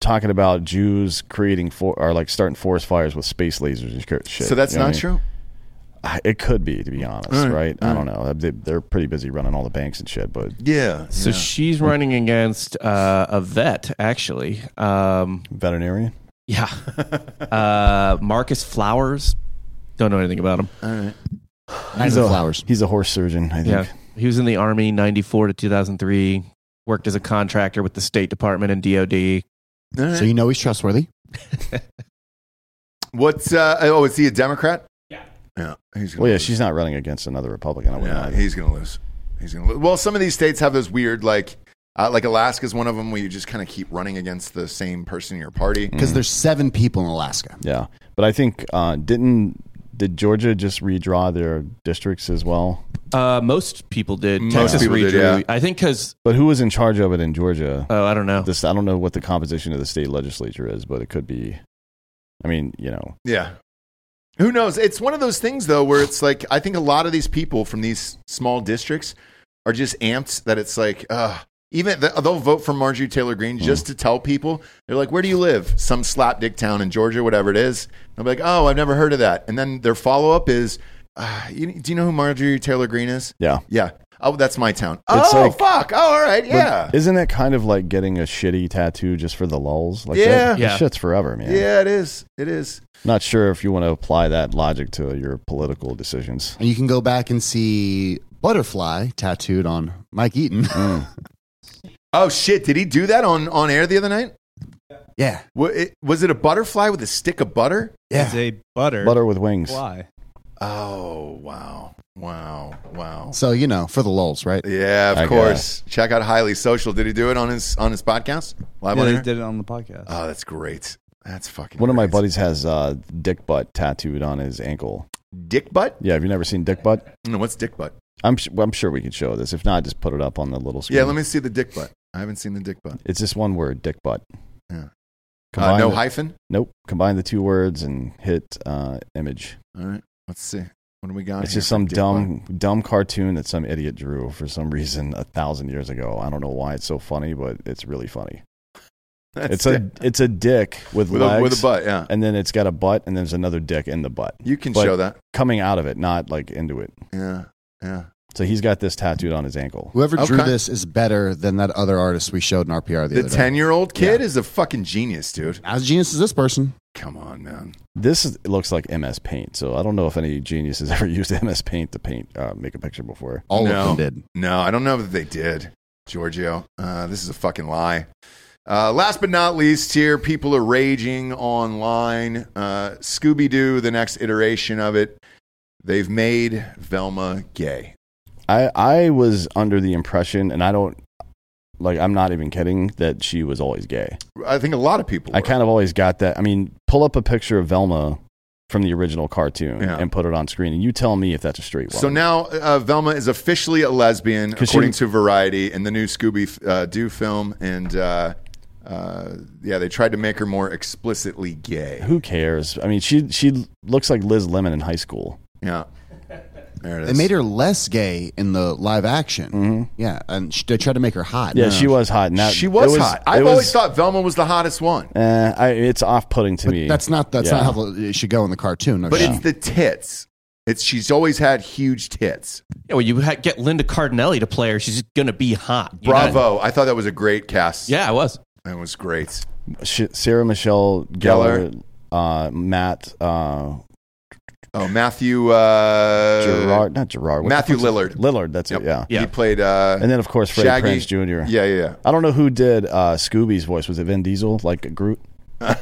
talking about Jews creating for or like starting forest fires with space lasers and shit.
so that's
You know
not
what I mean?
true.
I- It could be, to be honest,
All right,
right? I don't know. They, they're pretty busy running all the banks and shit, but
Yeah.
So
yeah.
she's running against uh, a vet, actually. Um,
(laughs)
veterinarian.
yeah, uh, Marcus Flowers. Don't know anything about him.
All right.
Nice
a,
flowers.
He's a horse surgeon, I think.
Yeah, he was in the army '94 to 2003. Worked as a contractor with the State Department and DoD.
All right.
So you know he's trustworthy.
What's uh, oh? Is he a Democrat? Yeah. Yeah. He's gonna
Well, yeah,
lose.
she's not running against another Republican. I wouldn't
Yeah,
either.
he's gonna lose. He's gonna lose. Well, some of these states have those weird like. Uh, like Alaska's one of them where you just kind of keep running against the same person in your
Mm-hmm.
party.
Because there's seven people in Alaska.
Yeah, but I think uh, didn't did Georgia just redraw their districts as well?
(laughs) Uh, most people did.
Most
Texas
people
redrew.
did, yeah.
I think because
But who was in charge of it in Georgia?
oh, I don't know.
This I don't know what the composition of the state legislature is, but it could be. I mean, you know,
Yeah. Who knows? It's one of those things though where it's like I think a lot of these people from these small districts are just amped that it's like uh even th- they'll vote for Marjorie Taylor Greene just to tell people they're like, "Where do you live?" Some slapdick town in Georgia, whatever it is. I'll be like, "Oh, I've never heard of that." And then their follow up is, uh, you, "Do you know who Marjorie Taylor Greene is?"
yeah.
Yeah. Oh, that's my town.
It's
oh,
like-
fuck. Oh, all right.
But
Yeah.
isn't that kind of like getting a shitty tattoo just for the lulls? Like
Yeah.
that, that
Yeah.
shit's forever, man.
yeah, it is. It is.
Not sure if you want to apply that logic to your political decisions.
And you can go back and see butterfly tattooed on Mike Eaton.
Mm.
Oh shit! Did he do that on on air the other night?
(laughs) yeah.
Wa- it- Was it a butterfly with a stick of butter?
It's a butter.
Butter with wings.
Fly.
Oh, wow. Wow. Wow.
So, you know, for the lulz, right?
Yeah, of
I
course. Check out Highly Social. Did he do it on his on his podcast? Live
Yeah,
on
they
air?
did it on the podcast.
Uh,
Oh, that's great. That's fucking
One of my
great.
buddies has uh, dick butt tattooed on his ankle.
Dick Butt?
Yeah, have you never seen dick butt?
No, what's Dick Butt?
I'm sh- well, I'm sure we can show this. If not, just put it up on the little screen.
Yeah, let me see the Dick Butt. I haven't seen the Dick Butt.
It's just one word, dick butt.
Yeah. Uh,
Combine
no
the-
hyphen?
Nope. Combine the two words and hit uh, image.
All right. Let's see. What do we got?
it's
here
just
for
some
Dick
dumb dumb cartoon that some idiot drew for some reason a thousand years ago. I don't know why it's so funny, but it's really funny.
Butt? (laughs) That's
it's a
it.
it's a dick with,
with
legs
a, with a butt, yeah.
and then it's got a butt and there's another dick in the butt
You can
But-
show that.
coming out of it, not like into it.
Yeah. Yeah.
So he's got this tattooed on his ankle.
Whoever drew
Okay.
this is better than that other artist we showed in our PR the,
The
other day.
10 year old kid is a fucking genius, dude.
As genius as this person.
Come on, man.
This is, looks like MS Paint, so I don't know if any genius has (laughs) ever used MS Paint to paint uh, make a picture before.
All
No.
of them did.
No, I don't know that they did, Giorgio. Uh, this is a fucking lie. Uh, last but not least, here people are raging online. Uh, Scooby Doo, the next iteration of it, they've made Velma gay.
I I was under the impression, and I don't like I'm not even kidding that she was always gay.
I think a lot of people.
I kind of always got that. I mean, pull up a picture of Velma from the original cartoon
Yeah.
and put it on screen, and you tell me if that's a straight woman.
So now uh, Velma is officially a lesbian,
'Cause
according
she-
to Variety, in the new Scooby uh, Doo film, and uh, uh, yeah, they tried to make her more explicitly gay.
who cares? I mean, she she looks like Liz Lemon in high school.
Yeah, there it
They
is.
made her less gay in the live action. Yeah. And sh- they tried to make her hot.
Mm-hmm. Yeah, she was hot. And that,
Mm-hmm. she
it
was, hot. I've
it was-
always thought Velma was the hottest one.
Eh, I, it's off-putting to
But
me.
that's not that's
Yeah.
not how it should go in the cartoon. No
But
shit.
it's the tits. It's she's always had huge tits.
Yeah, well, you ha- get Linda Cardinelli to play her. She's gonna be hot. You know?
Bravo! I thought that was a great cast.
Yeah, I was.
that was great.
Sh- Sarah Michelle Gellar, uh, Matt uh,
Oh, Matthew uh,
Gerard, not Gerard. what the
Matthew
fuck's-
Lillard.
Lillard, that's
Yep.
it. Yeah.
Yeah.
He played. Uh,
And then of course Freddie
Shaggy.
Prince Jr.
yeah, yeah,
I don't know who did uh, Scooby's voice. Was it Vin Diesel, like Groot?
(laughs) yeah.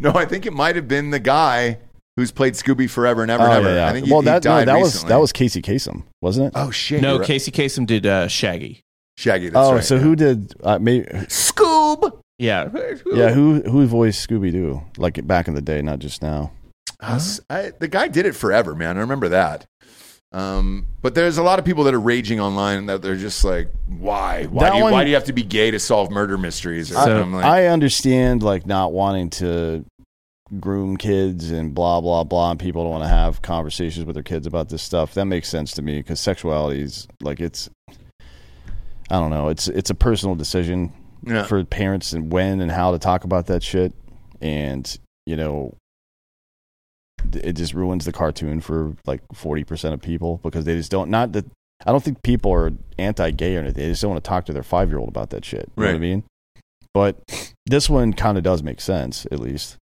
no, I think it might have been the guy who's played Scooby forever and ever
Oh,
and ever.
yeah, yeah.
I think he,
well,
he
that, no,
died
that was
recently.
that was Casey Kasem, wasn't it?
oh shit.
no,
you're right.
Casey Kasem did uh, Shaggy.
Shaggy. That's
oh,
right,
so
yeah.
who did? Uh, maybe,
Scoob?
Yeah,
yeah, who who voiced Scooby Doo like back in the day, not just now.
Us- I, the guy did it forever, man. I remember that. Um, but there's a lot of people that are raging online that they're just like, why? Why
That
do, you,
one-
why do you have to be gay to solve murder mysteries? Or
So-
something? I'm like,
I understand like not wanting to groom kids and blah blah blah, and people don't want to have conversations with their kids about this stuff. That makes sense to me because sexuality is like it's. I don't know. It's it's a personal decision
yeah.
for parents and when and how to talk about that shit, and you know, th- it just ruins the cartoon for like forty percent of people because they just don't not that. I don't think people are anti-gay or anything. They just don't want to talk to their five-year-old about that shit. You know what I
Right.
mean? But this one kind of does make sense, at least.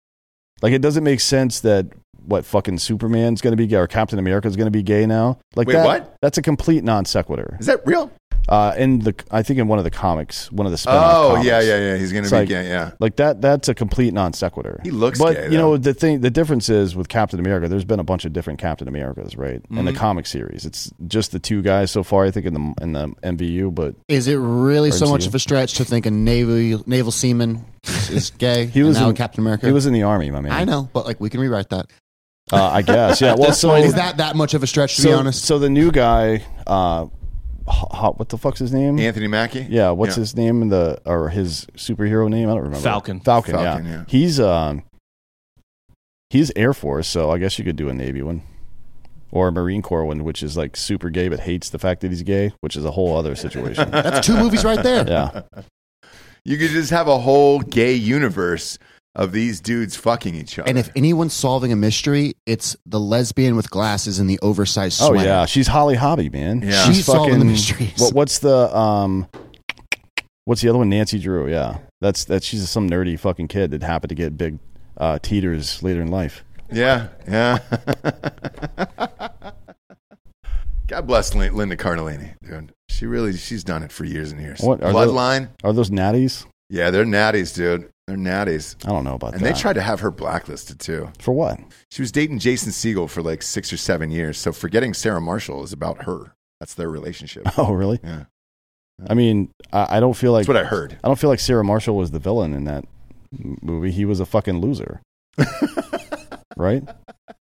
Like, it doesn't make sense that what fucking Superman's going to be gay or Captain America's going to be gay now. Like,
Wait,
that,
what?
That's a complete non sequitur.
Is that real?
Uh, in the, I think in one of the comics, one of the spin-off
Oh,
comics.
yeah, yeah, yeah. He's going to
It's
be
like-
gay. Yeah.
Like that that's a complete non sequitur.
He looks
But
gay,
you
though.
know the thing the difference is with Captain America, there's been a bunch of different Captain Americas, right? In the
Mm-hmm.
Mhm.
comic series. It's just the two guys so far, I think in the in the MVU, but
Is it really so much
RCU.
of a stretch to think a naval naval seaman
(laughs)
(laughs)
is, is gay?
He
and
was
now
in-
Captain America.
he was in the army, my man.
I know, but like we can rewrite that.
Uh, I guess.
(laughs)
Yeah. Well, so
Is that that much of a stretch
Oh.
to
so,
be honest?
So the new guy uh Ho- Ho- what the fuck's his name?
Anthony Mackie?
Yeah, what's
Yeah.
his name in the or his superhero name? I don't remember.
Falcon.
Falcon,
Falcon,
yeah.
yeah.
He's um he's Air Force, so I guess you could do a Navy one. Or a Marine Corps one, which is like super gay but hates the fact that he's gay, which is a whole other
(laughs)
(laughs) situation. Oh,
That's two movies right there.
yeah.
You could just have a whole gay universe of these dudes fucking each other.
And if anyone's solving a mystery, it's the lesbian with glasses and the oversized
Oh
sweater.
yeah. She's Holly Hobby, man.
Yeah.
She's solving the mysteries.
What what's the um what's the other one? Nancy Drew, yeah. That's that's she's some nerdy fucking kid that happened to get big uh, teeters later in life.
Yeah, yeah. God bless Lin- Linda Cardellini, dude. She really, she's done it for years and years.
What, are those-
Bloodline?
Are those natties?
Yeah, they're natties, dude. They're natties.
I don't know about
And
that.
they tried to have her blacklisted, too.
for what? (laughs)
She was dating Jason Siegel for like six or seven years. So forgetting Sarah Marshall is about her. That's their relationship.
Oh, really?
Yeah.
I mean, I, I don't feel like
That's what I heard.
I don't feel like Sarah Marshall was the villain in that m- movie. He was a
(laughs)
fucking loser, right?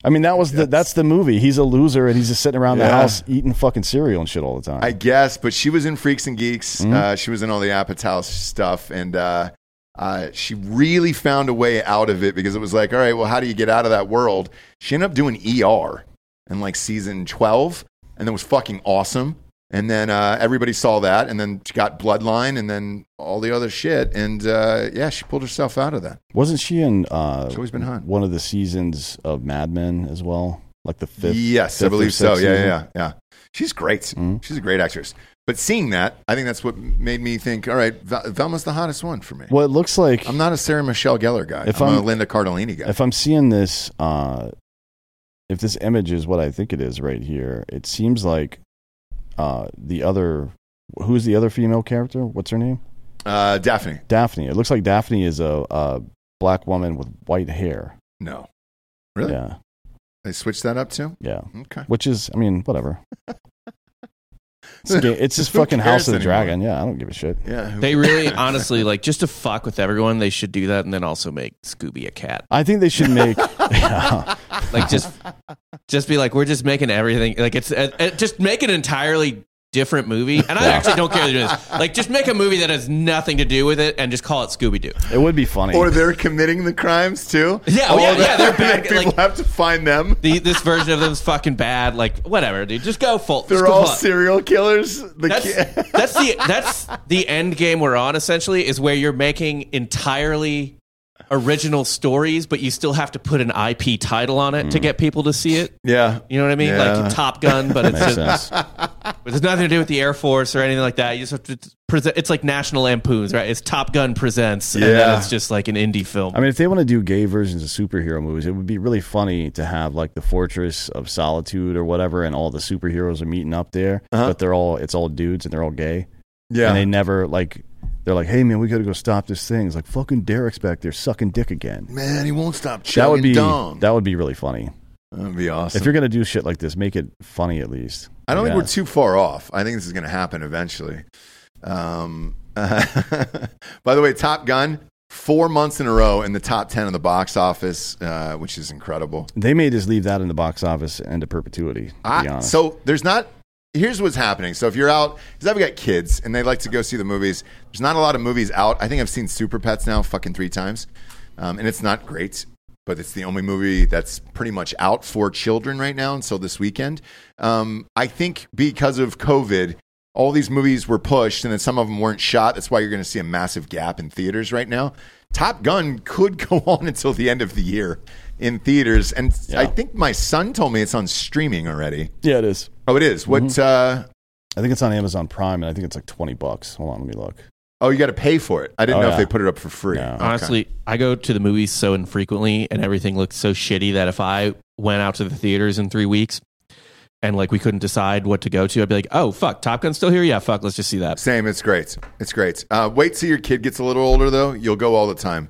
I mean, that was the that's the movie. He's a loser, and he's just sitting around the
Yeah.
house eating fucking cereal and shit all the time.
I guess, but she was in Freaks and Geeks.
Mhm.
Uh, she was in all the Apatow stuff, and uh, uh, she really found a way out of it because it was like, all right, well, how do you get out of that world? She ended up doing ER in like season twelve, and that was fucking awesome. And then uh, everybody saw that, and then she got Bloodline, and then all the other shit, and uh, yeah, she pulled herself out of that.
Wasn't she in uh,
She's always been hot.
one of the seasons of Mad Men as well, like the fifth?
yes,
fifth
I
or
believe so.
sixth
Yeah,
season?
yeah, yeah. She's great.
Mhm.
She's a great actress. But seeing that, I think that's what made me think. All right, Val- Velma's the hottest one for me.
Well, it looks like
I'm not a Sarah Michelle Gellar guy.
If
I'm, a
I'm-
Linda Cardellini guy.
If I'm seeing this, uh, if this image is what I think it is right here, it seems like uh, the other. Who's the other female character? What's her name?
uh, Daphne,
Daphne. It looks like Daphne is a, a black woman with white hair.
no, really?
Yeah,
They switched that up too.
yeah.
Okay.
Which is, I mean, whatever. It's, ga-
(laughs)
it's just fucking
Who
House of the
cares anymore?
Dragon. Yeah, I don't give a shit.
Yeah. who-
They really, honestly, like just to fuck with everyone, they should do that, and then also make Scooby a cat.
I think they
(laughs)
should make. Yeah.
Like just, just be like, we're just making everything like it's uh, uh, just make an entirely different movie. And I actually don't care to do this. Like, just make a movie that has nothing to do with it, and just call it Scooby Doo.
It would be funny.
or they're committing the crimes too.
Yeah,
All
yeah,
of
yeah,
that-
they're bad-
People
like-
have to find them.
The, this version of them's fucking bad. Like, whatever, dude. Just go full. just
They're
go
all
full-
serial killers. The
That's
ki-
that's the that's the end game we're on essentially is where you're making entirely original stories, but you still have to put an IP title on it to get people to see it.
yeah.
You know what I mean?
Mm. Yeah.
Like Top Gun, but it's
Makes
just,
sense.
but it's nothing to do with the Air Force or anything like that. You just have to present. It's like National Lampoons, right? It's Top Gun presents, and
Yeah.
then it's just like an indie film.
I mean, if they want to do gay versions of superhero movies, it would be really funny to have like the Fortress of Solitude or whatever, and all the superheroes are meeting up there,
Uh-huh.
but they're all it's all dudes and they're all gay,
Yeah.
and they never like they're like, hey man, we gotta go stop this thing. It's like fucking Derek's back there sucking dick again.
Man, he won't stop
that would
chugging
be
dong.
that would be really funny.
That'd be awesome.
If you're gonna do shit like this, make it funny at least.
I don't think we're
guess.
too far off. I think this is going to happen eventually. Um, (laughs) by the way, Top Gun, four months in a row in the top 10 of the box office, uh, which is incredible.
They may just leave that in the box office into perpetuity. To be
I,
honest.
so there's not. Here's what's happening. So if you're out, because I've got kids and they like to go see the movies. There's not a lot of movies out. I think I've seen Super Pets now fucking three times, um, and it's not great, but it's the only movie that's pretty much out for children right now until this weekend. Um, I think because of COVID, all these movies were pushed, and then some of them weren't shot. That's why you're going to see a massive gap in theaters right now. Top Gun could (laughs) go on until the end of the year in theaters, and I think my son told me it's on streaming already.
yeah, it is.
Oh, it is. What? Uh,
I think it's on Amazon Prime, and I think it's like twenty bucks. Hold on, let me look.
oh, you got to pay for it. I didn't
Oh,
know if
yeah.
they put it up for free.
No.
Okay.
Honestly, I go to the movies so infrequently and everything looks so shitty that if I went out to the theaters in three weeks and like we couldn't decide what to go to, I'd be like, oh, fuck, Top Gun's still here? Yeah, fuck, let's just see that.
same. It's great. It's great. Uh, wait till your kid gets a little older, though. You'll go all the time,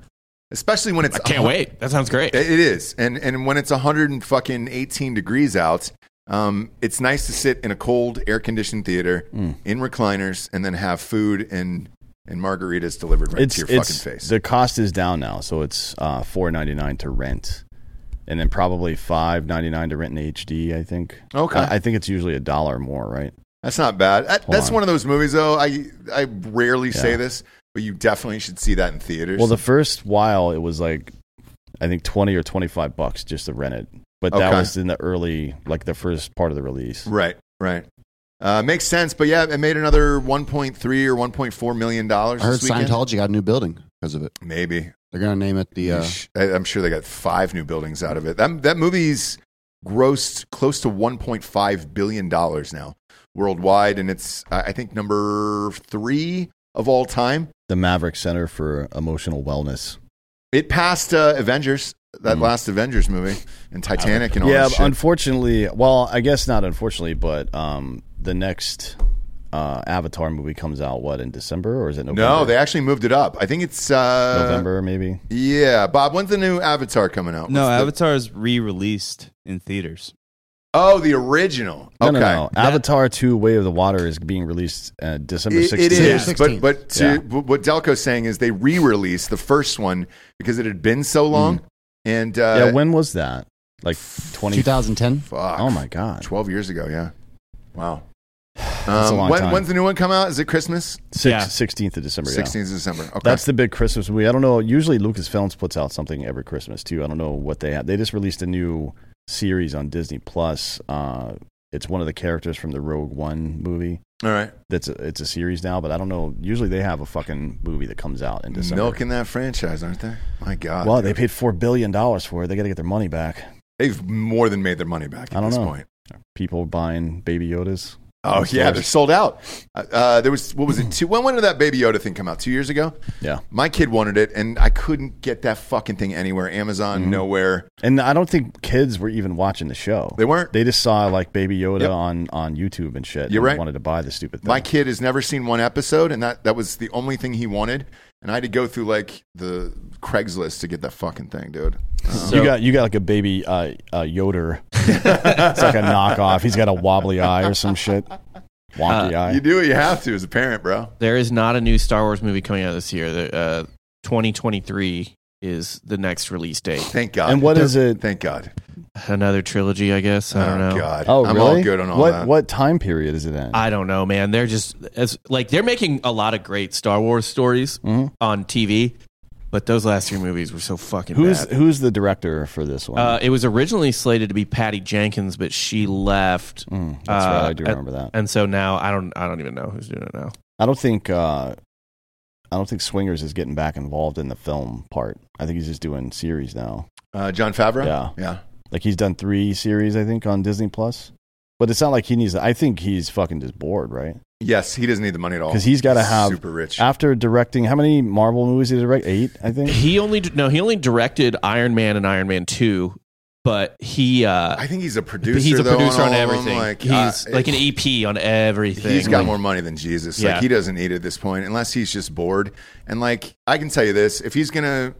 especially when it's.
I can't wait. That sounds great.
It it is, and and when it's 100 and fucking 18 degrees out, um, it's nice to sit in a cold, air conditioned theater
Mm.
in recliners, and then have food and and margaritas delivered right
it's
to your
it's
fucking face.
the cost is down now, so it's uh, four ninety nine to rent, and then probably five ninety nine to rent in HD. I think.
Okay.
I, I think it's usually a dollar more, right?
That's not bad. That,
Hold
that's
on.
one of those movies, though. I I rarely say
Yeah.
this, but you definitely should see that in theaters.
Well, the first while it was like, I think twenty or twenty five bucks just to rent it, but that
Okay.
was in the early, like the first part of the release.
right, right. Uh, makes sense, but yeah, it made another 1.3 or 1.4 million dollars.
(laughs) I heard
this weekend.
Scientology got a new building because of it.
Maybe.
They're gonna name it the. Uh,
Yeesh. I, I'm sure they got five new buildings out of it. That that movie's grossed close to 1.5 billion dollars now worldwide, and it's I I think number three of all time.
The Maverick Center for Emotional Wellness.
It passed uh, Avengers, that
Mm.
last Avengers movie, and Titanic, and all
yeah,
that
but
oh, shit.
unfortunately, well, I guess not unfortunately, but um, the next uh, Avatar movie comes out what in December or is it November?
No, they actually moved it up. I think it's uh,
November maybe.
Yeah, Bob. When's the new Avatar coming out?
No,
What's the-
Avatar is re-released in theaters.
Oh, the original.
No,
okay.
no, no. Avatar Two: Way of the Water is being released uh, December
It- it
sixteenth.
is,
Yeah.
but but to,
Yeah.
but what Delco's saying is they re-released the first one because it had been so long, and uh,
Mm. yeah, when was that? Like twenty.
2010.
fuck,
Oh my god,
twelve years ago. Yeah,
(sighs)
wow. Um,
a long
when,
time.
When's the new one come out? Is it Christmas?
Yeah.
sixteenth of December. Yeah.
Sixteenth of December. Okay,
That's the big Christmas movie. I don't know. Usually Lucasfilms puts out something every Christmas too. I don't know what they have. They just released a new series on Disney Plus. Uh, it's one of the characters from the Rogue One movie.
all right.
That's a, it's a series now, but I don't know. Usually they have a fucking movie that comes out in December.
Milking that franchise, aren't they? My God,
well, they paid four billion dollars for it. They got to get their money back.
they've more than made their money back at
I don't
this
know.
point.
People buying Baby Yodas.
Oh
Of
yeah,
course.
they're sold out. Uh, Uh, there was what was it? Two, when when did that Baby Yoda thing come out? Two years ago.
Yeah.
My kid wanted it, and I couldn't get that fucking thing anywhere.
Mm-hmm.
Amazon, nowhere.
And I don't think kids were even watching the show.
They weren't.
They just saw like Baby Yoda
Yep.
on, on YouTube and shit.
You're
and
right.
Wanted to buy the stupid thing.
My kid has never seen one episode, and that that was the only thing he wanted. And I had to go through like the Craigslist to get that fucking thing, dude.
you got you got like a baby uh, uh, Yoder.
(laughs)
it's like a knockoff. He's got a wobbly eye or some shit. Wonky eye.
Uh, You do what you have to as a parent, bro.
There is not a new Star Wars movie coming out this year. The, uh, 2023 is the next release date.
Thank God.
And what is it?
Thank God.
Another trilogy, I guess. I don't
oh
know.
God.
Oh,
I'm
really?
all good on all
what,
that.
What time period is it in?
I don't know, man. They're just as like they're making a lot of great Star Wars stories
Mhm.
on TV, but those last three movies were so fucking
who's
bad.
who's the director for this one?
Uh, it was originally slated to be Patty Jenkins, but she left,
Mm, that's right. I
uh,
do
at-
remember that.
and so now I don't. I don't even know who's doing it now.
I don't think uh, I don't think Swingers is getting back involved in the film part. I think he's just doing series now.
uh, John Favreau.
Yeah.
Yeah.
Like he's done three series, I think, on Disney Plus. But it's not like he needs. I think he's fucking just bored, right?
Yes, he doesn't need the money at all
Because he's got to have
super rich.
after directing how many Marvel movies did he direct? Eight, I think.
He only no. He only directed Iron Man and Iron Man Two, but he. Uh,
I think he's a producer.
but he's a
though,
producer
all
on,
of them.
everything.
Like,
he's
uh,
like an
it-
EP on everything.
He's got
Like,
more money than Jesus.
Yeah.
Like he doesn't need it at this point, unless he's just bored. And like I can tell you this: if he's gonna,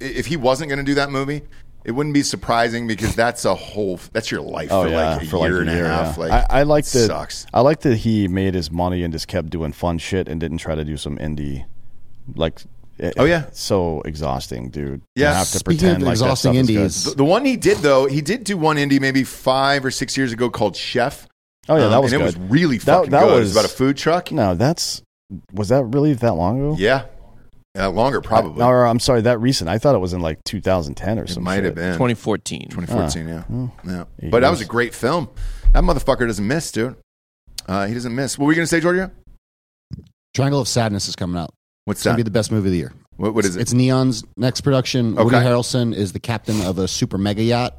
if he wasn't gonna do that movie, it wouldn't be surprising because that's a whole that's your life
Oh,
for like a year and a half.
yeah.
Like
I, I like
it
that.
sucks.
I like that he made his money and just kept doing fun shit and didn't try to do some indie, like. it-
Oh, yeah.
it's so exhausting, dude.
Yeah.
to have to
Speaking
pretend
of
like
exhausting
that stuff is good.
indies,
The, the one he did though, he did do one indie maybe five or six years ago called Chef.
Oh yeah,
Um,
that was
and
good.
it was really
That-
fucking
that
good. it
was-
was about a food truck.
no, that's was that really that long ago?
Yeah, uh, longer probably.
Or I'm sorry, that recent. I thought it was in like 2010 or
it
something.
might have been
2014.
Ah.
2014. yeah,
Hmm.
well,
yeah.
eight
But that was a
years.
great film. That motherfucker doesn't miss, dude. Uh, he doesn't miss. What were you gonna say, Georgia?
Triangle of Sadness is coming out.
What's
It's gonna
that?
be the best movie of the year.
what, what is it?
It's Neon's next production. Woody
Okay.
Harrelson is the captain of a super mega yacht,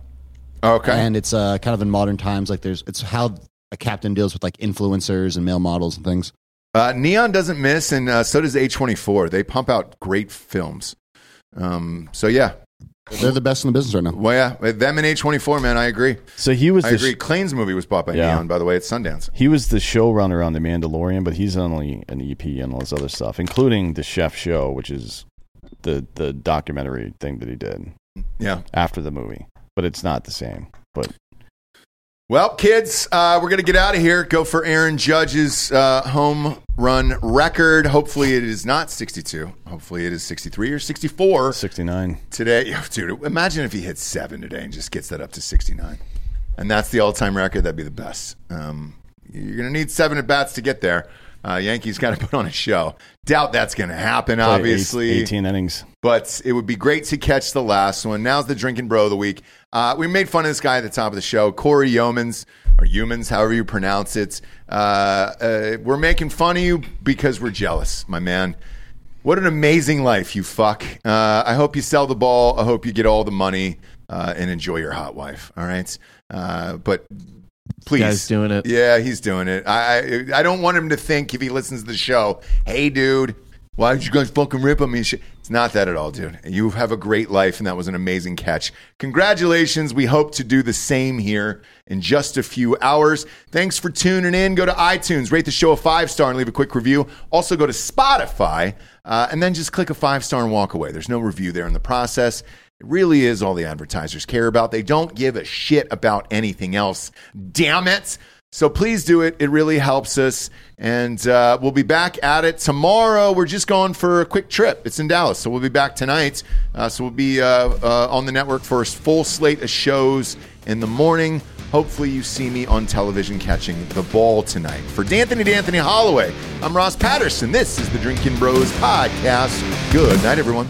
oh, okay.
and it's uh, kind of in modern times. Like there's, it's how a captain deals with like influencers and male models and things.
Uh, Neon doesn't miss, and uh, so does A24. They pump out great films. Um, so yeah,
They're the best in the business right now.
well, yeah, with them and A24, man, I agree.
So he was
I
the sh-
agree. Clayne's movie was bought by
Yeah.
Neon, by the way, at Sundance.
he was the showrunner on The Mandalorian, but he's only an EP and all this other stuff, including the Chef Show, which is the the documentary thing that he did
Yeah.
after the movie. But it's not the same. But
Well, kids, uh, we're gonna get out of here. Go for Aaron Judge's uh, home run record. Hopefully, it is not 62. Hopefully, it is 63 or 64
69.
today. (laughs) Dude, imagine if he hits seven today and just gets that up to 69, and that's the all-time record. That'd be the best. Um, you're gonna need seven at bats to get there. Uh, Yankees got to (laughs) put on a show. Doubt that's going to happen,
Play eight-
obviously
18 innings.
but it would be great to catch the last one. Now's the drinking bro of the week. Uh, we made fun of this guy at the top of the show, Corey Yeomans, or Humans, however you pronounce it. Uh, uh, we're making fun of you because we're jealous, my man. What an amazing life, you fuck. Uh, I hope you sell the ball. I hope you get all the money uh, and enjoy your hot wife. All right. Uh, but please.
Guy's doing it.
Yeah, he's doing it. I I I don't want him to think if he listens to the show, hey, dude, why did you guys fucking rip on me? and shit?" It's not that at all, dude. You have a great life, and that was an amazing catch. Congratulations. We hope to do the same here in just a few hours. Thanks for tuning in. Go to iTunes, rate the show a five star, and leave a quick review. Also, go to Spotify, uh, and then just click a five star and walk away. There's no review there in the process. It really is all the advertisers care about. They don't give a shit about anything else. Damn it. So please do it. It really helps us. And uh, we'll be back at it tomorrow. We're just going for a quick trip. It's in Dallas. So we'll be back tonight. Uh, so we'll be uh, uh, on the network for a full slate of shows in the morning. Hopefully, you see me on television catching the ball tonight. For D'Anthony D'Anthony Holloway, I'm Ross Patterson. This is the Drinking Bros Podcast. Good night, everyone.